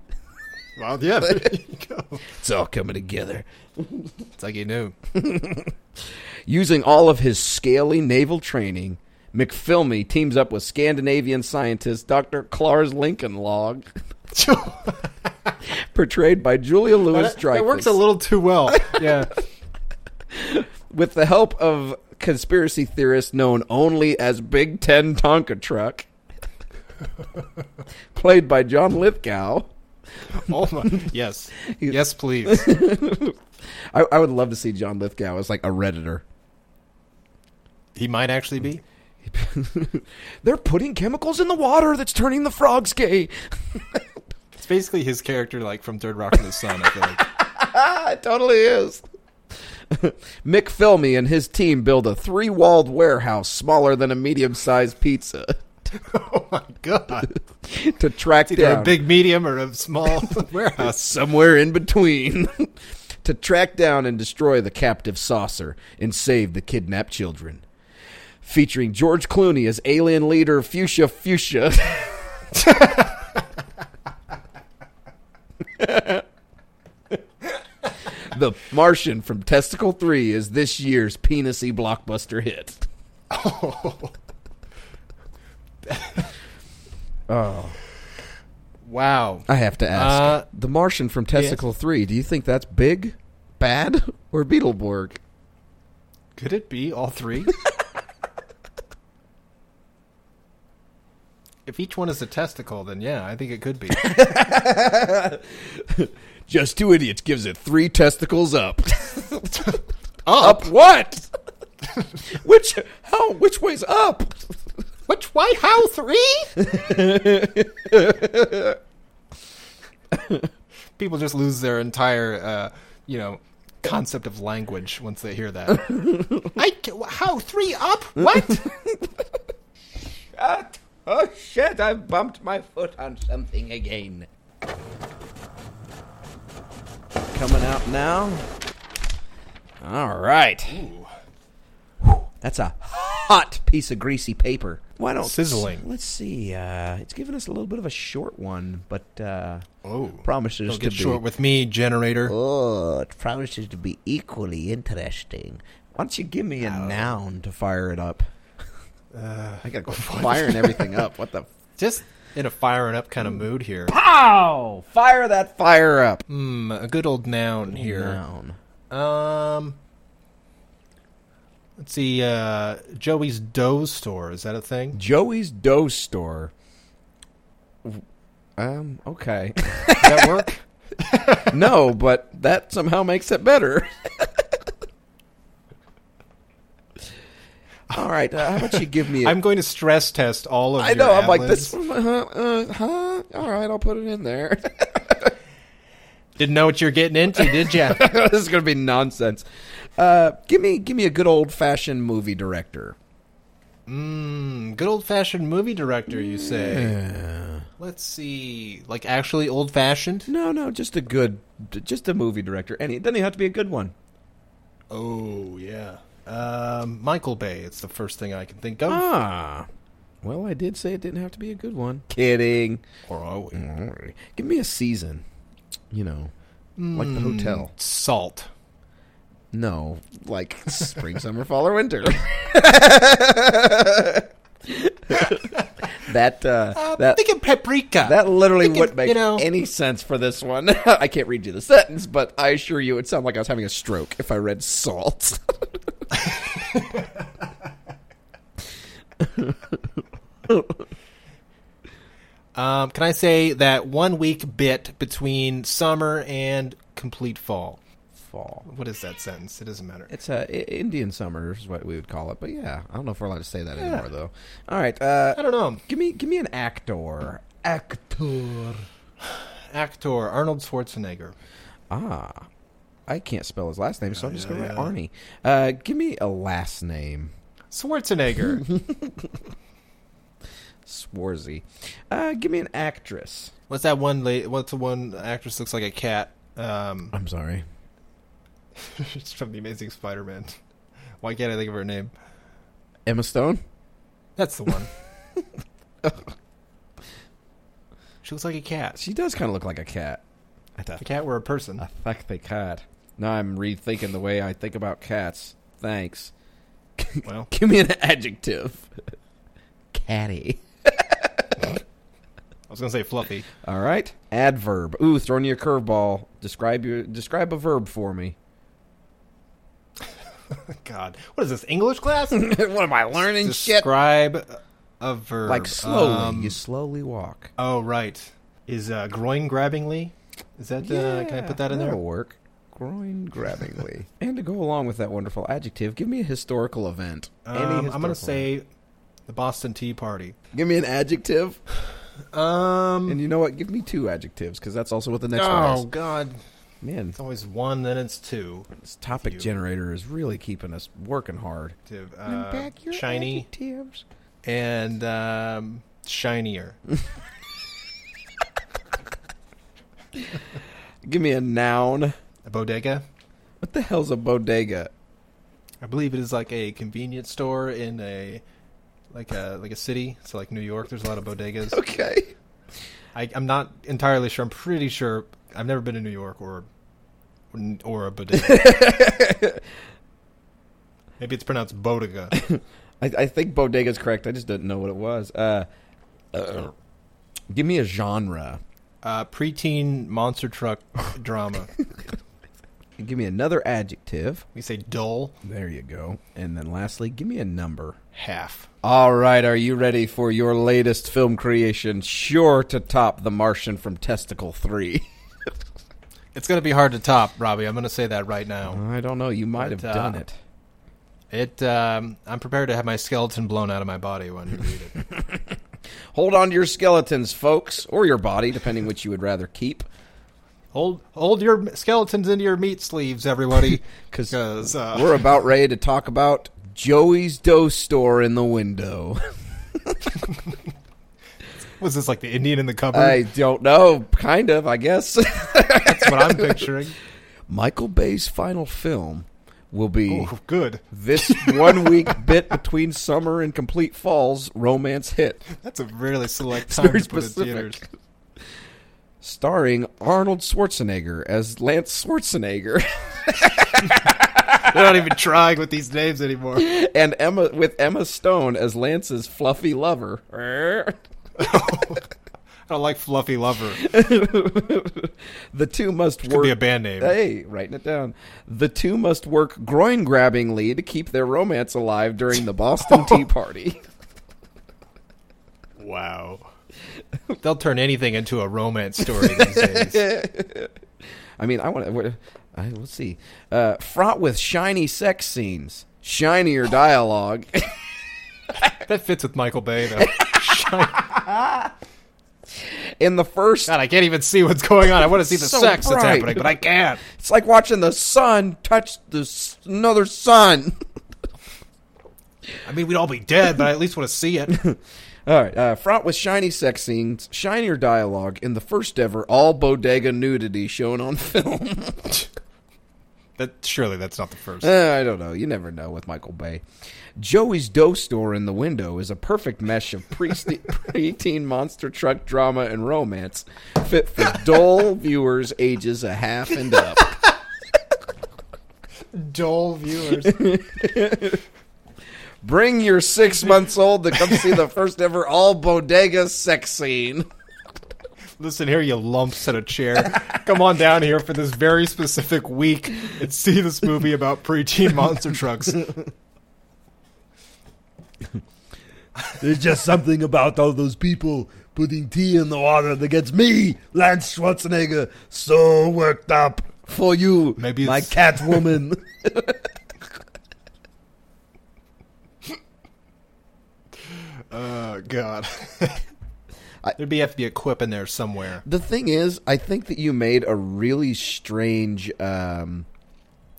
Speaker 1: Well, yeah, there you go.
Speaker 2: It's all coming together.
Speaker 1: It's like you knew.
Speaker 2: Using all of his scaly naval training, McFilmy teams up with Scandinavian scientist Dr. Clars Lincolnlog, portrayed by Julia Louis
Speaker 1: That, that
Speaker 2: Dreyfus.
Speaker 1: works a little too well. Yeah.
Speaker 2: with the help of conspiracy theorist known only as Big Ten Tonka Truck, played by John Lithgow.
Speaker 1: Oh my. Yes. Yes, please.
Speaker 2: I, I would love to see John Lithgow as like a redditor.
Speaker 1: He might actually be.
Speaker 2: They're putting chemicals in the water that's turning the frogs gay.
Speaker 1: It's basically his character, like from Third Rock from the Sun. I feel like.
Speaker 2: Ah, it totally is. Mick Filmy and his team build a three-walled warehouse smaller than a medium-sized pizza
Speaker 1: oh my god!
Speaker 2: to track
Speaker 1: Either
Speaker 2: down
Speaker 1: a big medium or a small warehouse.
Speaker 2: somewhere in between to track down and destroy the captive saucer and save the kidnapped children. Featuring George Clooney as alien leader Fuchsia Fuchsia. the Martian from Testicle 3 is this year's penisy blockbuster hit.
Speaker 1: Wow.
Speaker 2: I have to ask.
Speaker 1: Uh,
Speaker 2: the Martian from Testicle 3, do you think that's big, bad, or Beetleborg?
Speaker 1: Could it be all three? if each one is a testicle, then yeah, I think it could be.
Speaker 2: Just Two Idiots gives it three testicles up. up. what? Which How? Which way's up?
Speaker 1: Which way? How three? People just lose their entire, uh, you know, concept of language once they hear that. I ca- how three up? What?
Speaker 4: Oh shit, I've bumped my foot on something again.
Speaker 2: Coming out now. All right. Whew, That's a hot piece of greasy paper. Why don't
Speaker 1: Sizzling.
Speaker 2: Let's see. Uh, it's giving us a little bit of a short one, but uh,
Speaker 1: Oh,
Speaker 2: promises
Speaker 1: don't get
Speaker 2: to be
Speaker 1: short with me, generator.
Speaker 2: Oh, it promises to be equally interesting. Why don't you give me a noun to fire it up? I gotta go firing everything up. What the?
Speaker 1: Just in a firing up kind of mood here.
Speaker 2: Pow! Fire that fire up.
Speaker 1: Hmm, a good old noun here.
Speaker 2: Noun.
Speaker 1: Um, let's see. Uh, Joey's Dough Store is that a thing?
Speaker 2: Joey's Dough Store. Um. Okay.
Speaker 1: Does that work?
Speaker 2: no, but that somehow makes it better. All right. Uh, how about you give me? A,
Speaker 1: I'm going to stress test all of.
Speaker 2: I
Speaker 1: your
Speaker 2: know. I'm like
Speaker 1: ad-libs.
Speaker 2: this. Uh, uh, huh. All right. I'll put it in there.
Speaker 1: Didn't know what you're getting into, did you?
Speaker 2: this is gonna be nonsense. Uh, give me give me a good old fashioned movie director.
Speaker 1: mm, good old fashioned movie director, you say?
Speaker 2: Uh.
Speaker 1: Let's see, like actually old fashioned.
Speaker 2: No, no, just a good, just a movie director, and it doesn't even have to be a good one.
Speaker 1: Oh yeah, um, Michael Bay. It's the first thing I can think of.
Speaker 2: Ah, well, I did say it didn't have to be a good one. Kidding.
Speaker 1: Or are we?
Speaker 2: Mm, Give me a season. You know, like the hotel.
Speaker 1: Mm, Salt.
Speaker 2: Mm, No, like spring, summer, fall, or winter. that uh,
Speaker 1: I'm
Speaker 2: that
Speaker 1: thinking paprika.
Speaker 2: That literally
Speaker 1: Thinking,
Speaker 2: wouldn't make
Speaker 1: you know-
Speaker 2: any sense for this one. I can't read you the sentence, but I assure you it sounded like I was having a stroke if I read salt.
Speaker 1: Um, can I say that one week bit between summer and complete fall?
Speaker 2: Fall.
Speaker 1: What is that sentence? It doesn't matter.
Speaker 2: It's a I- Indian summer is what we would call it, but yeah, I don't know if we're allowed to say that anymore though. All right, uh,
Speaker 1: I don't know.
Speaker 2: give me give me an actor. Actor.
Speaker 1: Actor Arnold Schwarzenegger.
Speaker 2: Ah, I can't spell his last name, so I'm just going to write Arnie. Uh, give me a last name.
Speaker 1: Schwarzenegger.
Speaker 2: Swarzy. Uh, give me an actress.
Speaker 1: what's that one? La- what's the one actress looks like a cat? Um,
Speaker 2: I'm sorry.
Speaker 1: it's from the Amazing Spider-Man. Why can't I think of her name?
Speaker 2: Emma Stone.
Speaker 1: That's the one. she looks like a cat.
Speaker 2: She does kind of look like a cat. I
Speaker 1: If a
Speaker 2: thought,
Speaker 1: cat were a person.
Speaker 2: I Ah, fuck the cat. Now I'm rethinking the way I think about cats. Thanks.
Speaker 1: Well,
Speaker 2: Give me an adjective. Catty.
Speaker 1: I was gonna say fluffy.
Speaker 2: All right. Adverb. Ooh, throwing you a curveball. Describe your describe a verb for me.
Speaker 1: God, what is this English class?
Speaker 2: what am I learning?
Speaker 1: Describe a verb.
Speaker 2: Like slowly,
Speaker 1: Um,
Speaker 2: you slowly walk.
Speaker 1: Oh right. Is uh, groin grabbingly? Is that uh, can I put that in there?
Speaker 2: That'll work. Groin grabbingly. and to go along with that wonderful adjective, give me a historical event. Any
Speaker 1: Um, I'm
Speaker 2: historical
Speaker 1: gonna say the Boston Tea Party.
Speaker 2: event. Give me an adjective.
Speaker 1: Um.
Speaker 2: And you know what? Give me two adjectives because that's also what the next one
Speaker 1: Oh
Speaker 2: is.
Speaker 1: God!
Speaker 2: Man,
Speaker 1: It's always one, then it's two.
Speaker 2: this topic generator is really keeping us working hard.
Speaker 1: Uh, shiny
Speaker 2: adjectives.
Speaker 1: and um, shinier.
Speaker 2: Give me a noun.
Speaker 1: A bodega.
Speaker 2: What the hell's a bodega?
Speaker 1: I believe it is like a convenience store in a like a like a city. So like New York, there's a lot of bodegas.
Speaker 2: Okay.
Speaker 1: I, I'm not entirely sure. I'm pretty sure. I've never been to New York or or a bodega. Maybe it's pronounced bodega.
Speaker 2: I, I think bodega's correct. I just didn't know what it was. Uh, uh, give me a genre.
Speaker 1: Uh, preteen monster truck drama.
Speaker 2: Give me another adjective.
Speaker 1: We say dull
Speaker 2: There you go. And then lastly, give me a number.
Speaker 1: half.
Speaker 2: All right, are you ready for your latest film creation? Sure to top The Martian from Testicle 3.
Speaker 1: It's gonna be hard to top, Robbie. I'm gonna say that right now.
Speaker 2: Mm-hmm. I don't know. You might
Speaker 1: But,
Speaker 2: have
Speaker 1: uh,
Speaker 2: done it.
Speaker 1: It. Um, I'm prepared to have my skeleton blown out of my body when you read it.
Speaker 2: Hold on to your skeletons, folks, or your body, depending which you would rather keep.
Speaker 1: Hold, hold your skeletons into your meat sleeves, everybody,
Speaker 2: 'Cause
Speaker 1: because uh,
Speaker 2: We're about ready to talk about Joey's Dough Store in the window.
Speaker 1: was this like the Indian in the cupboard?
Speaker 2: I don't know, kind of, I guess.
Speaker 1: That's what I'm picturing.
Speaker 2: Michael Bay's final film will be
Speaker 1: Oh, good.
Speaker 2: this one week bit between summer and complete fall's romance hit,
Speaker 1: That's a really select
Speaker 2: very
Speaker 1: time to put
Speaker 2: specific.
Speaker 1: in theaters.
Speaker 2: starring Arnold Schwarzenegger as Lance Schwarzenegger
Speaker 1: They're not even trying with these names anymore.
Speaker 2: and Emma with Emma Stone as Lance's fluffy lover.
Speaker 1: I don't like Fluffy Lover.
Speaker 2: The two must
Speaker 1: Could
Speaker 2: work
Speaker 1: be a band name.
Speaker 2: Hey, writing it down. The two must work groin grabbingly to keep their romance alive during the Boston Tea Party.
Speaker 1: Wow. They'll turn anything into a romance story these days.
Speaker 2: I mean, I want to. I, let's see. Uh, fraught with shiny sex scenes, shinier dialogue.
Speaker 1: that fits with Michael Bay, though.
Speaker 2: In the first,
Speaker 1: God, I can't even see what's going on. I want to see the
Speaker 2: So
Speaker 1: sex that's
Speaker 2: bright.
Speaker 1: happening, but I can't.
Speaker 2: it's like watching the sun touch the s- another sun.
Speaker 1: I mean, we'd all be dead, but I at least want to see it.
Speaker 2: All right, uh, fraught with shiny sex scenes, shinier dialogue. In the first ever all bodega nudity shown on film.
Speaker 1: That surely that's not the first.
Speaker 2: Uh, I don't know. You never know with Michael Bay. Joey's Dough Store in the Window is a perfect mesh of pre- preteen monster truck drama and romance, fit for dull viewers ages a half and up.
Speaker 1: Dull viewers.
Speaker 2: Bring your six months old to come see the first ever all bodega sex scene.
Speaker 1: Listen here, you lumps at a chair. Come on down here for this very specific week and see this movie about preteen monster trucks.
Speaker 5: There's just something about all those people putting tea in the water that gets me, Lance Schwarzenegger, so worked up for you,
Speaker 1: Maybe
Speaker 5: my
Speaker 1: it's-
Speaker 5: Catwoman.
Speaker 1: Oh God. There'd be have to be a quip in there somewhere.
Speaker 2: The thing is, I think that you made a really strange um,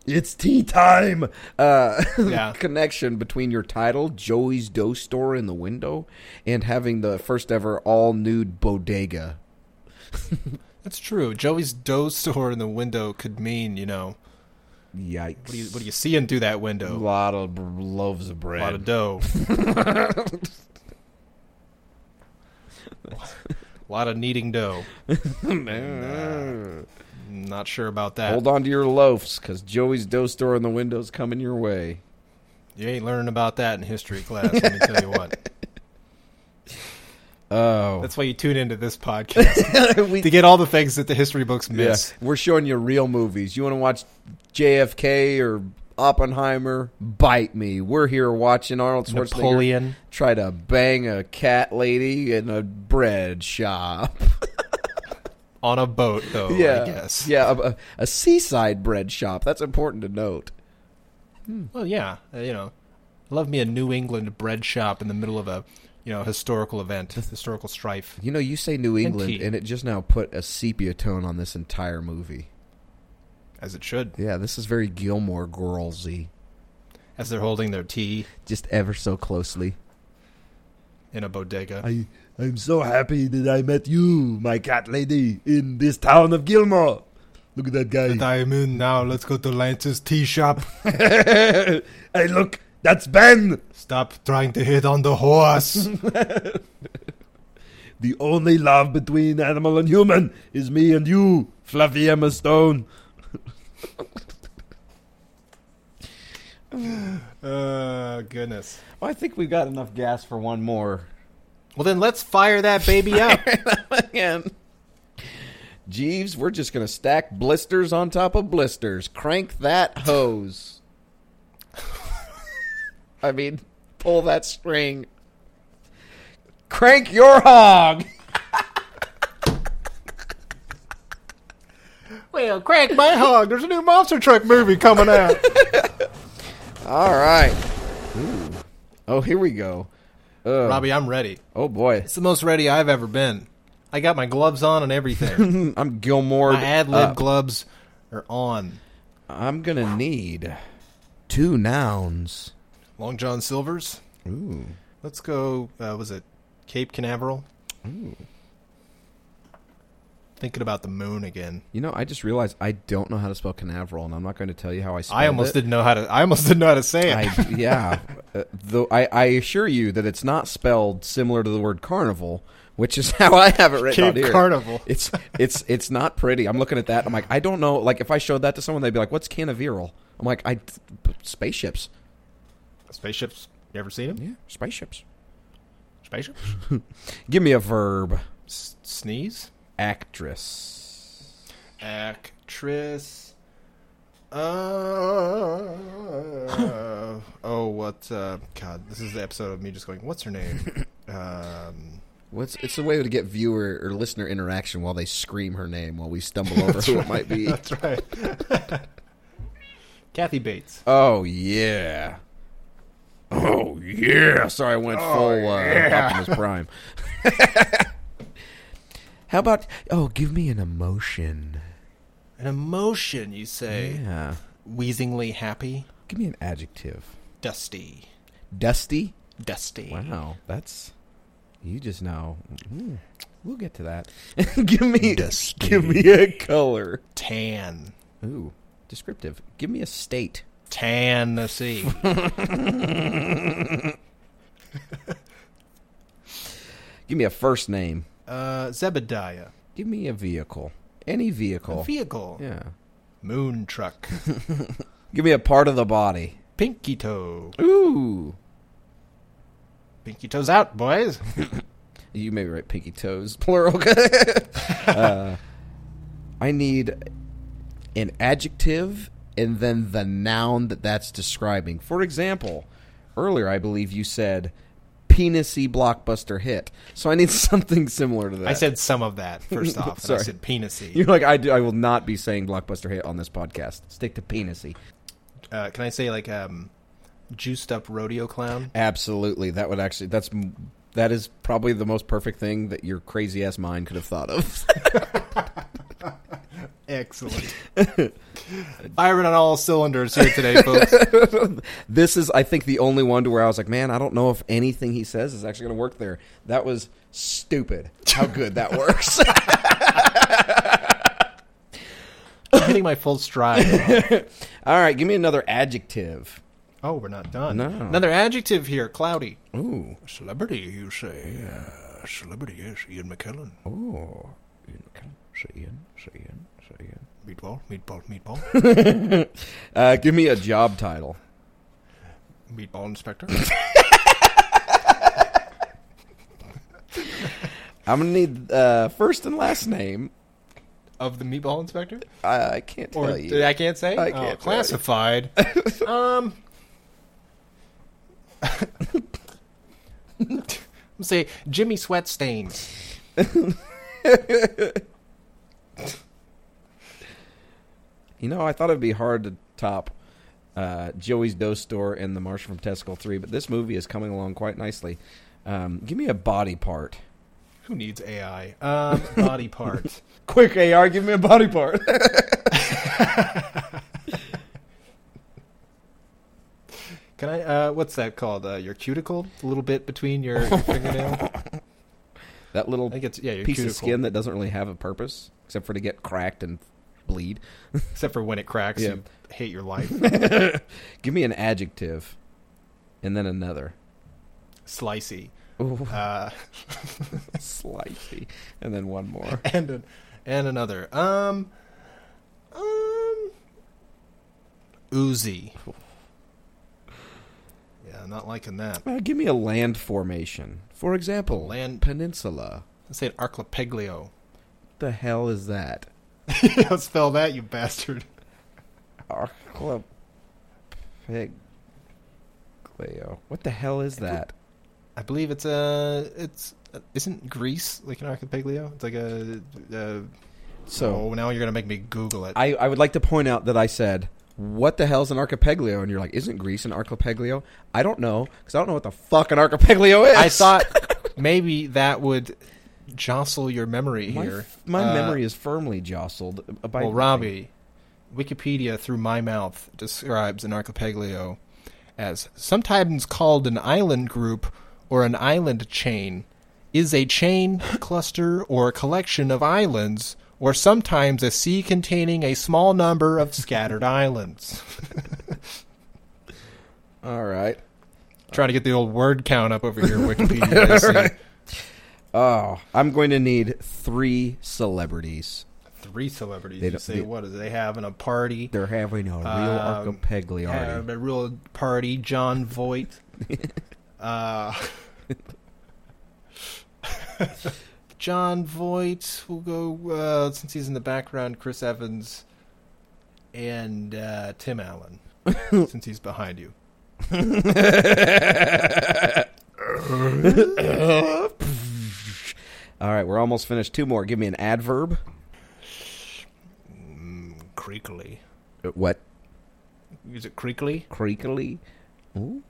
Speaker 5: it's tea time.
Speaker 2: uh,
Speaker 1: Yeah.
Speaker 2: connection between your title, Joey's Dough Store in the Window, and having the first ever all nude bodega.
Speaker 1: That's true. Joey's dough store in the window could mean, you know,
Speaker 2: Yikes.
Speaker 1: what are you, what are you seeing through that
Speaker 2: a
Speaker 1: window?
Speaker 2: lot of br- loaves of
Speaker 1: A
Speaker 2: bread.
Speaker 1: lot of dough. a lot of kneading dough. Nah. Not sure about that.
Speaker 2: Hold on to your loaves, because Joey's Dough Store in the Window's coming your way.
Speaker 1: You ain't learning about that in history class, let me tell you what.
Speaker 2: Oh.
Speaker 1: That's why you tune into this podcast
Speaker 2: we,
Speaker 1: to get all the things that the history books
Speaker 2: yeah,
Speaker 1: miss.
Speaker 2: we're showing you real movies. You want to watch JFK or Oppenheimer? Bite me. We're here watching Arnold Schwarzenegger
Speaker 1: Napoleon.
Speaker 2: try to bang a cat lady in a bread shop.
Speaker 1: On a boat, though,
Speaker 2: yeah,
Speaker 1: I guess.
Speaker 2: yeah, a, a- a seaside bread shop. That's important to note.
Speaker 1: Well, yeah, uh, you know, I love me a New England bread shop in the middle of a, you know, historical event, historical strife.
Speaker 2: You know, you say New England,
Speaker 1: tea.
Speaker 2: and it just now put a sepia tone on this entire movie.
Speaker 1: As it should.
Speaker 2: Yeah, this is very Gilmore Girlsy,
Speaker 1: As they're holding their tea
Speaker 2: just ever so closely.
Speaker 1: in a bodega.
Speaker 5: I, I'm so happy that I met you, my cat lady, in this town of Gilmore. Look at that guy.
Speaker 1: I'm in now. Let's go to Lance's tea shop.
Speaker 5: hey, look, that's Ben,
Speaker 1: Stop trying to hit on the horse.
Speaker 5: the only love between animal and human is me and you, Fluffy Emma Stone.
Speaker 1: uh, goodness.
Speaker 2: Well, I think we've got enough gas for one more.
Speaker 1: Well, then let's fire that baby up.
Speaker 2: Again. Jeeves, we're just going to stack blisters on top of blisters. Crank that hose. I mean, pull that string. Crank your hog.
Speaker 1: well, crack my hog. There's a new monster truck movie coming out.
Speaker 2: All right. Ooh. Oh, here we go. Ugh.
Speaker 1: Robbie, I'm ready.
Speaker 2: Oh boy,
Speaker 1: It's the most ready I've ever been. I got my gloves on and everything.
Speaker 2: I'm Gilmore.
Speaker 1: my ad
Speaker 2: uh,
Speaker 1: lib gloves are on.
Speaker 2: I'm gonna need two nouns.
Speaker 1: Long John Silver's.
Speaker 2: Ooh.
Speaker 1: Let's go. Uh, was it Cape Canaveral? Thinking about the moon again.
Speaker 2: You know, I just realized I don't know how to spell canaveral, and I'm not going to tell you how I spell
Speaker 1: I almost didn't know how to. I almost didn't know how to say it.
Speaker 2: I, yeah, Uh, though I, I assure you that it's not spelled similar to the word carnival, which is how I have it written
Speaker 1: Cape
Speaker 2: out here.
Speaker 1: Carnival.
Speaker 2: It's it's it's not pretty. I'm looking at that. I'm like, I don't know. Like, if I showed that to someone, they'd be like, "What's canaveral?" I'm like, "I spaceships,
Speaker 1: Spaceships. You ever seen them?
Speaker 2: yeah, spaceships."
Speaker 1: Spaceships.
Speaker 2: Give me a verb.
Speaker 1: S- sneeze.
Speaker 2: Actress.
Speaker 1: Actress. Uh, oh, what? Uh, God, this is the episode of me just going. What's her name? Um,
Speaker 2: What's it's a way to get viewer or listener interaction while they scream her name while we stumble over who it might be.
Speaker 1: that's right. Kathy Bates.
Speaker 2: Oh yeah. Oh yeah. Sorry, I went full uh, Optimus Prime. How about oh, give me an emotion.
Speaker 1: An emotion, you say?
Speaker 2: Yeah.
Speaker 1: Wheezingly happy.
Speaker 2: Give me an adjective.
Speaker 1: Dusty.
Speaker 2: Dusty.
Speaker 1: Dusty.
Speaker 2: Wow, that's you just know. Mm, we'll get to that. give me
Speaker 1: Dusty.
Speaker 2: give me a color.
Speaker 1: Tan.
Speaker 2: Ooh, descriptive. Give me a state.
Speaker 1: Tan the sea.
Speaker 2: Give me a first name.
Speaker 1: uh, Zebediah.
Speaker 2: Give me a vehicle. Any vehicle.
Speaker 1: Vehicle.
Speaker 2: Oh. yeah.
Speaker 1: Moon truck.
Speaker 2: Give me a part of the body.
Speaker 1: Pinky toe.
Speaker 2: Ooh.
Speaker 1: Pinky toes out, boys.
Speaker 2: You may be right. Pinky toes, plural. Uh, I need an adjective and then the noun that that's describing. For example, earlier I believe you said penisy blockbuster hit. So I need something similar to that.
Speaker 1: I said some of that first off. and
Speaker 2: Sorry.
Speaker 1: I said penisy.
Speaker 2: you're like I do. I will not be saying blockbuster hit on this podcast. Stick to penisy.
Speaker 1: uh, can I say like um, juiced up rodeo clown?
Speaker 2: Absolutely. That would actually. That's m- that is probably the most perfect thing that your crazy ass mind could have thought of.
Speaker 1: Excellent. Firing on all cylinders here today, folks.
Speaker 2: this is i think the only one to where i was like man i don't know if anything he says is actually going to work there that was stupid how good that works
Speaker 1: I'm hitting my full stride.
Speaker 2: all right give me another adjective
Speaker 1: Oh, we're not done.
Speaker 2: No.
Speaker 1: Another adjective here, cloudy.
Speaker 2: ooh
Speaker 1: Celebrity, you say? Uh, celebrity, yes. Ian McKellen.
Speaker 2: oh say in say in say in
Speaker 1: Meatball, meatball, meatball.
Speaker 2: uh, give me a job title
Speaker 1: meatball inspector.
Speaker 2: i'm going to need uh, first and last name
Speaker 1: of the meatball inspector?
Speaker 2: i, I can't tell
Speaker 1: Or
Speaker 2: you
Speaker 1: I can't say?
Speaker 2: I
Speaker 1: Oh,
Speaker 2: can't tell you.
Speaker 1: classified. um. I'm say Jimmy Sweat Stains.
Speaker 2: you know i thought it'd be hard to top uh, Joey's Dough Store and The Martian from Testicle 3, but this movie is coming along quite nicely. Um, give me a body part.
Speaker 1: Who needs AI? Um, body part.
Speaker 2: Quick AR, give me a body part.
Speaker 1: Can I? Uh, what's that called? Uh, your cuticle, a little bit between your, your fingernail.
Speaker 2: that little
Speaker 1: I think it's yeah, your
Speaker 2: piece
Speaker 1: cuticle.
Speaker 2: of skin that doesn't really have a purpose except for to get cracked and bleed.
Speaker 1: Except for when it cracks,
Speaker 2: Yeah.
Speaker 1: you hate your life.
Speaker 2: Give me an adjective and then another.
Speaker 1: Slicey.
Speaker 2: Ooh,
Speaker 1: Uh,
Speaker 2: slicey. And then one more.
Speaker 1: and an, and another. Um, um, oozy. Yeah, not liking that.
Speaker 2: Uh, give me a land formation. For example,
Speaker 1: Land-
Speaker 2: peninsula.
Speaker 1: I said archipelago.
Speaker 2: The hell is that?
Speaker 1: you don't spell that, you bastard.
Speaker 2: Archipelago. What the hell is that?
Speaker 1: I believe it's uh it's uh, isn't Greece like an archipelago? It's like a. Uh,
Speaker 2: So
Speaker 1: oh, now you're gonna make me Google it.
Speaker 2: I, I would like to point out that I said what the hell's an archipelago? And you're like, isn't Greece an archipelago? I don't know because I don't know what the fuck an archipelago is.
Speaker 1: I thought maybe that would jostle your memory
Speaker 2: my,
Speaker 1: here.
Speaker 2: my
Speaker 1: Uh,
Speaker 2: memory is firmly jostled by
Speaker 1: Well, Robbie, Wikipedia through my mouth describes an archipelago as sometimes called an island group or an island chain, is a chain, cluster, or a collection of islands, or sometimes a sea containing a small number of scattered islands.
Speaker 2: All right.
Speaker 1: Trying to get the old word count up over here, Wikipedia. I see.
Speaker 2: Oh, I'm going to need three celebrities.
Speaker 1: Three celebrities.
Speaker 2: They
Speaker 1: You
Speaker 2: don't-
Speaker 1: say,
Speaker 2: they-
Speaker 1: what is they having a party?
Speaker 2: They're having a real
Speaker 1: Um,
Speaker 2: archipelago.
Speaker 1: Have a real party, John Voight. uh, John Voight. We'll go uh, since he's in the background. Chris Evans and uh, Tim Allen, since he's behind you.
Speaker 2: All right, we're almost finished. Two more. Give me an adverb.
Speaker 1: Creakily.
Speaker 2: What?
Speaker 1: Is it creakily?
Speaker 2: Creakily? Ooh.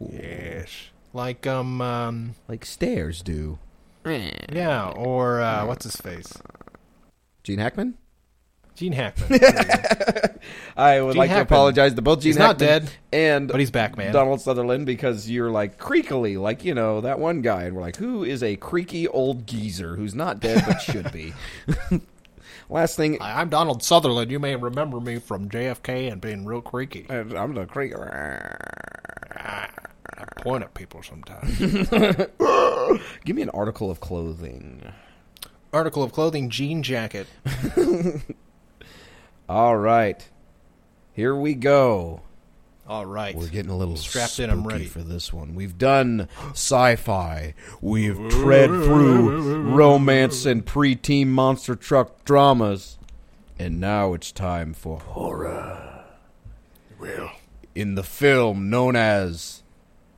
Speaker 1: Like um, um
Speaker 2: Like stairs do.
Speaker 1: yeah, or uh, what's his face?
Speaker 2: Gene Hackman?
Speaker 1: Gene Hackman. There we go.
Speaker 2: I would
Speaker 1: Gene
Speaker 2: like
Speaker 1: Hackman.
Speaker 2: to apologize to both Gene
Speaker 1: He's not
Speaker 2: Hackman
Speaker 1: dead,
Speaker 2: and
Speaker 1: but he's back, man.
Speaker 2: Donald Sutherland because you're like creakily, like you know that one guy, and we're like, who is a creaky old geezer who's not dead but should be. Last thing,
Speaker 1: Hi, I'm Donald Sutherland. You may remember me from JFK and being real creaky. I
Speaker 2: I'm the creak.
Speaker 1: point at people sometimes.
Speaker 2: Give me an article of clothing.
Speaker 1: article of clothing jean jacket.
Speaker 2: All right, here we go.
Speaker 1: All right.
Speaker 2: We're getting a little
Speaker 1: Strapped in,
Speaker 2: spooky
Speaker 1: I'm ready.
Speaker 2: for this one. We've done sci-fi. We've tread through romance and preteen monster truck dramas, and now it's time for horror.
Speaker 1: Well.
Speaker 2: in the film known as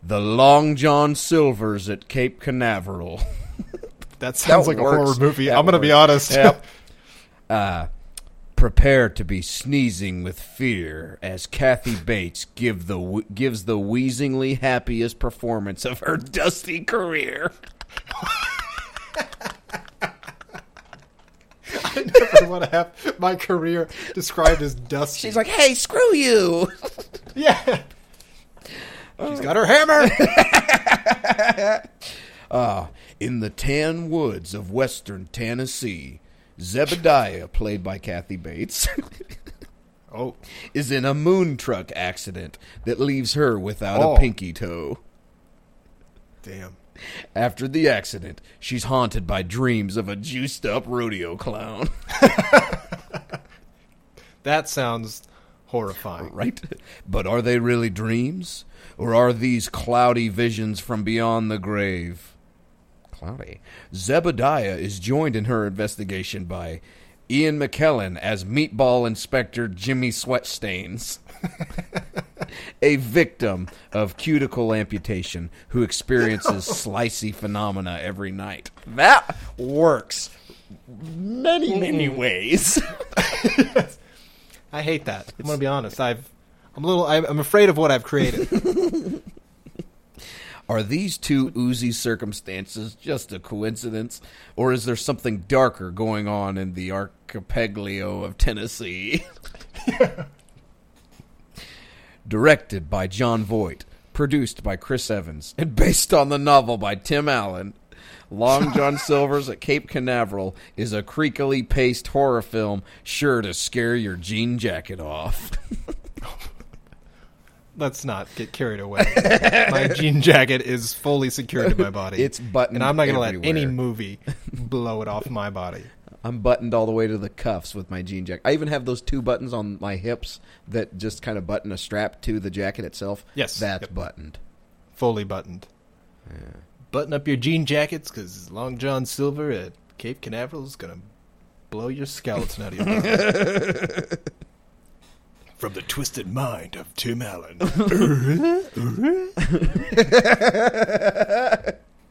Speaker 2: the Long John Silver's at Cape Canaveral.
Speaker 1: That sounds
Speaker 2: That
Speaker 1: like a
Speaker 2: works.
Speaker 1: horror movie.
Speaker 2: That
Speaker 1: I'm going to be
Speaker 2: works.
Speaker 1: honest.
Speaker 2: Yep. Uh, Prepare to be sneezing with fear as Kathy Bates give the wh- gives the wheezingly happiest performance of her dusty career.
Speaker 1: I never want to have my career described as dusty.
Speaker 2: She's like, "Hey, screw you!"
Speaker 1: yeah. She's got her hammer.
Speaker 2: Uh, In the tan woods of western Tennessee, Zebediah, played by Kathy Bates,
Speaker 1: oh.
Speaker 2: is in a moon truck accident that leaves her without
Speaker 1: Oh.
Speaker 2: a pinky toe.
Speaker 1: Damn.
Speaker 2: After the accident, she's haunted by dreams of a juiced up rodeo clown.
Speaker 1: That sounds horrifying.
Speaker 2: right? But are they really dreams? Or are these cloudy visions from beyond the grave? Cloudy. Zebediah is joined in her investigation by Ian McKellen as Meatball Inspector Jimmy Sweatstains, a victim of cuticle amputation who experiences slicey phenomena every night. That works many, many ways.
Speaker 1: I hate that. I'm going to be honest. I've I'm a little I'm I'm afraid of what I've created.
Speaker 2: Are these two oozy circumstances just a coincidence, or is there something darker going on in the archipelago of Tennessee? Directed by John Voight, produced by Chris Evans, and based on the novel by Tim Allen, Long John Silver's at Cape Canaveral is a creakily paced horror film sure to scare your jean jacket off.
Speaker 1: Let's not get carried away. my jean jacket is fully secured to my body.
Speaker 2: It's buttoned
Speaker 1: and I'm not going to let
Speaker 2: everywhere.
Speaker 1: any movie blow it off my body.
Speaker 2: I'm buttoned all the way to the cuffs with my jean jacket. I even have those two buttons on my hips that just kind of button a strap to the jacket itself.
Speaker 1: Yes.
Speaker 2: That's
Speaker 1: Yep.
Speaker 2: buttoned.
Speaker 1: Fully buttoned. Button up your jean jackets because Long John Silver at Cape Canaveral is going to blow your skeleton out of your body. From the twisted mind of Tim Allen.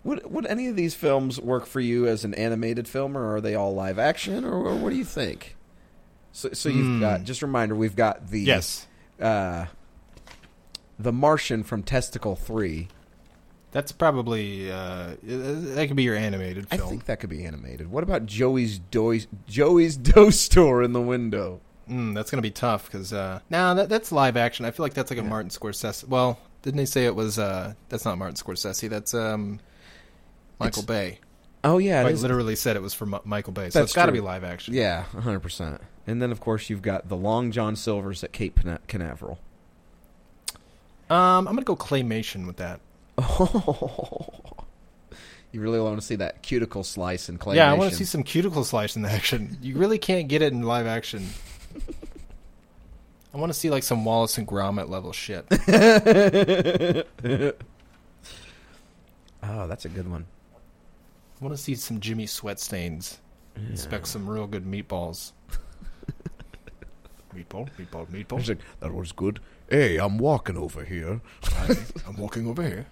Speaker 2: Would would any of these films work for you as an animated film, or are they all live action, or, or what do you think? So, so you've got just a reminder. We've got the
Speaker 1: Hmm. yes.
Speaker 2: uh, the Martian from Testicle Three.
Speaker 1: That's probably uh, that could be your animated
Speaker 2: I
Speaker 1: film.
Speaker 2: think that could be animated. What about Joey's Doy- Joey's Dough Store in the window?
Speaker 1: Mm, that's gonna be tough because uh, nah, that, that's live action. I feel like that's like a Martin Scorsese. Well, didn't they say it was? Uh, that's not Martin Scorsese. That's um, Michael Bay.
Speaker 2: Oh yeah, it
Speaker 1: Quite
Speaker 2: is-
Speaker 1: literally said it was from Mi- Michael Bay. So
Speaker 2: That's
Speaker 1: it's got to
Speaker 2: true.
Speaker 1: be live action.
Speaker 2: yeah, hundred percent. And then of course you've got the Long John Silver's at Cape Cana- Canaveral.
Speaker 1: Um, I'm gonna go claymation with that.
Speaker 2: you really want to see that cuticle slice and claymation?
Speaker 1: Yeah, I want to see some cuticle slice in the action. You really can't get it in live action. I want to see like some Wallace and Gromit level shit.
Speaker 2: Oh, that's a good one.
Speaker 1: I want to see some Jimmy sweat stains. Expect some real good meatballs. meatball, meatball, meatball.
Speaker 2: like, that was good. Hey, I'm walking over here.
Speaker 1: I'm walking over here.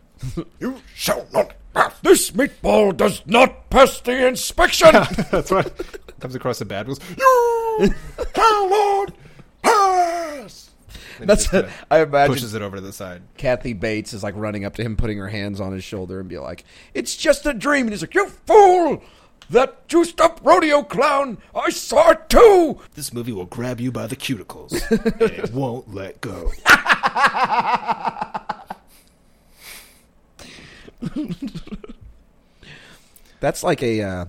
Speaker 4: You shall not pass. This meatball does not pass the inspection.
Speaker 1: That's right. Comes across the bad goes,
Speaker 4: you shall not pass. uh,
Speaker 2: That's
Speaker 1: it.
Speaker 2: I imagine
Speaker 1: uh, Pushes it over to the side.
Speaker 2: Kathy Bates is like running up to him, putting her hands on his shoulder, and be like, "It's just a dream." And he's like, "You fool! That juiced up rodeo clown! I saw it too."
Speaker 1: This movie will grab you by the cuticles. and it won't let go.
Speaker 2: That's like a, uh,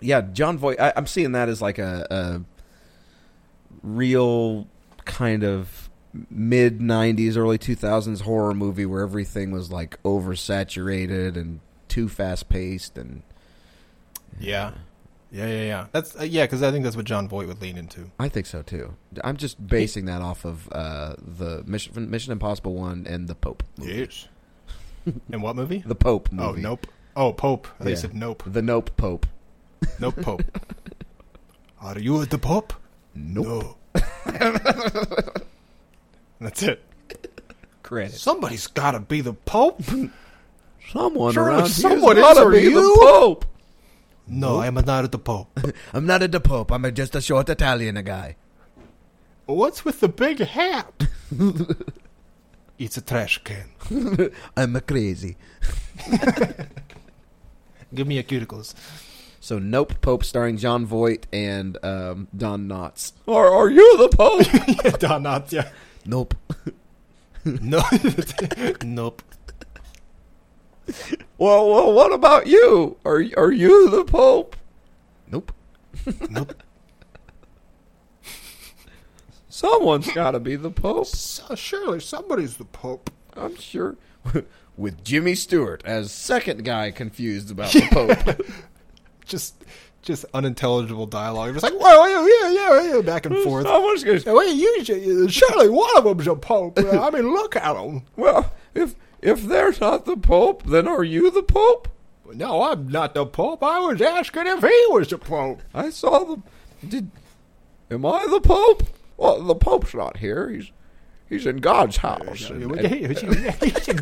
Speaker 2: yeah, John Voight. I, I'm seeing that as like a, a real kind of mid '90s, early 2000s horror movie where everything was like oversaturated and too fast paced, and
Speaker 1: Yeah. Yeah, yeah, yeah. That's uh, yeah, because I think that's what John Voight would lean into.
Speaker 2: I think so too. I'm just basing that off of uh, the Mission, Mission Impossible one and the Pope. Movie.
Speaker 1: Yes. In what movie?
Speaker 2: The Pope
Speaker 1: Oh,
Speaker 2: movie.
Speaker 1: nope. Oh, Pope. They
Speaker 2: Yeah.
Speaker 1: said nope.
Speaker 2: The Nope Pope.
Speaker 1: Nope, Pope. Are you the Pope?
Speaker 2: Nope.
Speaker 1: No. That's it.
Speaker 2: Credit.
Speaker 1: Somebody's got to be the Pope.
Speaker 2: Someone
Speaker 1: Surely
Speaker 2: around
Speaker 1: someone
Speaker 2: here's gotta
Speaker 1: is, or
Speaker 2: be the
Speaker 1: you?
Speaker 2: Pope.
Speaker 1: No, I'm not the Pope.
Speaker 2: I'm not a the Pope. I'm a just a short Italian guy.
Speaker 1: What's with the big hat? it's a trash can.
Speaker 2: I'm a crazy.
Speaker 1: Give me your cuticles.
Speaker 2: So Nope Pope starring John Voight and um, Don Knotts. Or are you the Pope?
Speaker 1: Don Knotts, yeah.
Speaker 2: nope.
Speaker 1: No. nope.
Speaker 2: Well, well, what about you? Are are you the Pope? Nope.
Speaker 1: Nope.
Speaker 2: Someone's got to be the Pope.
Speaker 1: So, surely somebody's the Pope.
Speaker 2: I'm sure. With Jimmy Stewart as second guy confused about the Pope.
Speaker 1: Just just unintelligible dialogue. Just like, well, yeah, yeah, yeah, yeah, back and forth.
Speaker 2: Someone's gonna
Speaker 1: Well, you, should- surely one of them's a
Speaker 8: Oh,
Speaker 1: Pope. I mean, look at him.
Speaker 2: Well, if if they're not the Pope, then are you the Pope?
Speaker 1: No, I'm not the Pope. I was asking if he was the Pope.
Speaker 2: I saw the did Am I the Pope? Well, the Pope's not here. He's he's in God's house. And- and-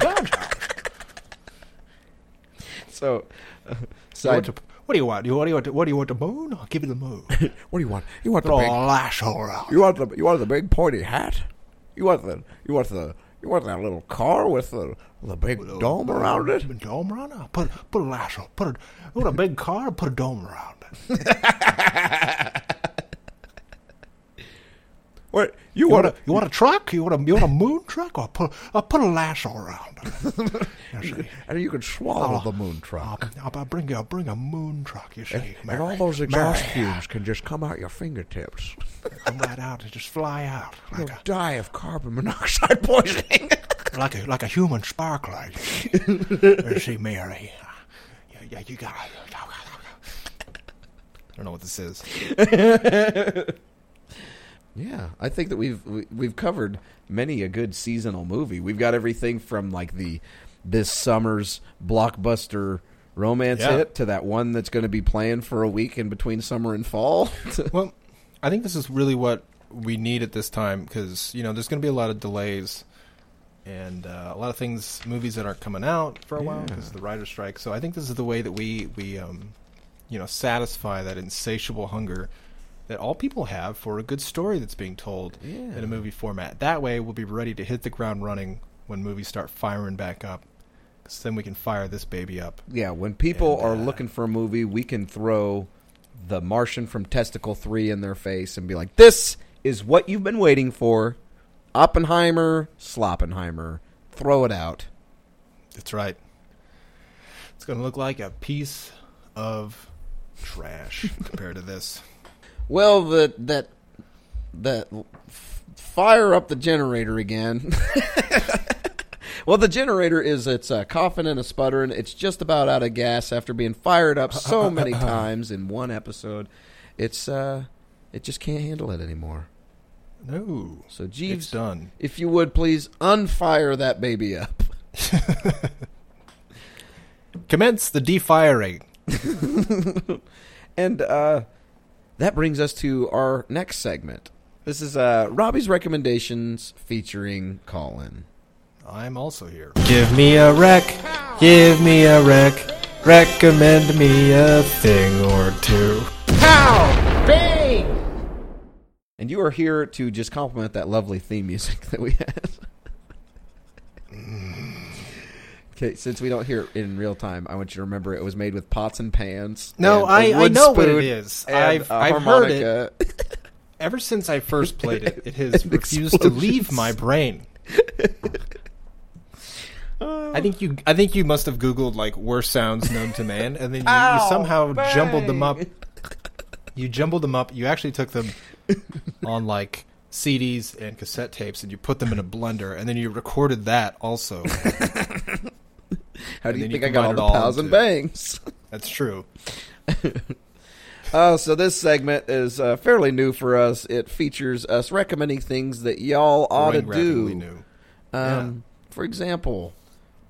Speaker 2: so uh, so I-
Speaker 1: What do you want? You want- you want? What do you want? The moon? I'll give you the moon.
Speaker 2: what do you want? You want the
Speaker 1: Throw
Speaker 2: big,
Speaker 1: a lasso around.
Speaker 2: you want the you want the big pointy hat? You want the you want the you want that little car with the the big dome around it?
Speaker 1: Dome around it. Put put a lasso. Put a put a big car. Put a dome around it.
Speaker 2: What you
Speaker 1: You want
Speaker 2: want
Speaker 1: a you want a truck? You want a you want a moon truck? Or put I'll put a lasso around it. You see,
Speaker 2: and you can swallow
Speaker 1: Oh,
Speaker 2: the moon
Speaker 1: I'll,
Speaker 2: truck.
Speaker 1: I'll bring you. I'll bring a moon truck. You see,
Speaker 2: and
Speaker 1: Mary.
Speaker 2: all those exhaust
Speaker 1: Mary,
Speaker 2: fumes can just come out your fingertips.
Speaker 1: come right out and just fly out
Speaker 2: You'll
Speaker 1: like a
Speaker 2: die of carbon monoxide poisoning.
Speaker 1: like a like a human sparkler. she Mary. Yeah, yeah, you got. I don't know what this is.
Speaker 2: yeah, I think that we've we- we've covered many a good seasonal movie. We've got everything from like the this summer's blockbuster romance
Speaker 1: Yeah.
Speaker 2: hit to that one that's going to be playing for a week in between summer and fall. to-
Speaker 1: Well, I think this is really what we need at this time because you know there's going to be a lot of delays and uh, a lot of things, movies that aren't coming out for a while because of the writer strike. So I think this is the way that we we um, you know satisfy that insatiable hunger that all people have for a good story that's being told in a movie format. That way, we'll be ready to hit the ground running when movies start firing back up. Because then we can fire this baby up.
Speaker 2: Yeah, when people are looking for a movie, we can throw the Martian from Testicle 3 in their face and be like, this is what you've been waiting for. Oppenheimer, Sloppenheimer. Throw it out.
Speaker 1: That's right. It's going to look like a piece of trash compared to this.
Speaker 2: Well, that that that f- fire up the generator again. well, the generator is it's uh, coughing and a sputtering. It's just about out of gas after being fired up so many times in one episode. It's uh, it just can't handle it anymore.
Speaker 1: No.
Speaker 2: So
Speaker 1: It's uh,
Speaker 2: Jeeves,
Speaker 1: done.
Speaker 2: if you would please unfire that baby up.
Speaker 1: Commence the defiring.
Speaker 2: And uh, that brings us to our next segment. This is uh, Robbie's recommendations featuring Colin.
Speaker 1: I'm also here.
Speaker 7: Give me a wreck. Give me a wreck. Recommend me a thing or two.
Speaker 2: And you are here to just compliment that lovely theme music that we had. okay, since we don't hear it in real time, I want you to remember it was made with pots and pans.
Speaker 1: No,
Speaker 2: and a
Speaker 1: I- I
Speaker 2: wood
Speaker 1: know what it
Speaker 2: spoon
Speaker 1: is.
Speaker 2: and
Speaker 1: I've-
Speaker 2: a
Speaker 1: I've heard it.
Speaker 2: harmonica.
Speaker 1: Ever since I first played it, it has
Speaker 2: And
Speaker 1: refused to leave
Speaker 2: explosions.
Speaker 1: my brain.
Speaker 2: Oh.
Speaker 1: I think you I think you must have googled like worst sounds known to man and then you, you somehow jumbled them up. You jumbled them up. You actually took them on like CDs and cassette tapes and you put them in a blender and then you recorded that also.
Speaker 2: How
Speaker 1: And
Speaker 2: do you
Speaker 1: then
Speaker 2: think
Speaker 1: you
Speaker 2: I got
Speaker 1: combine it all
Speaker 2: all the pals and
Speaker 1: into-
Speaker 2: bangs?
Speaker 1: That's true.
Speaker 2: Uh, so this segment is uh, fairly new for us. It features us recommending things that y'all ought to
Speaker 1: Radically
Speaker 2: do.
Speaker 1: new.
Speaker 2: Um, For example,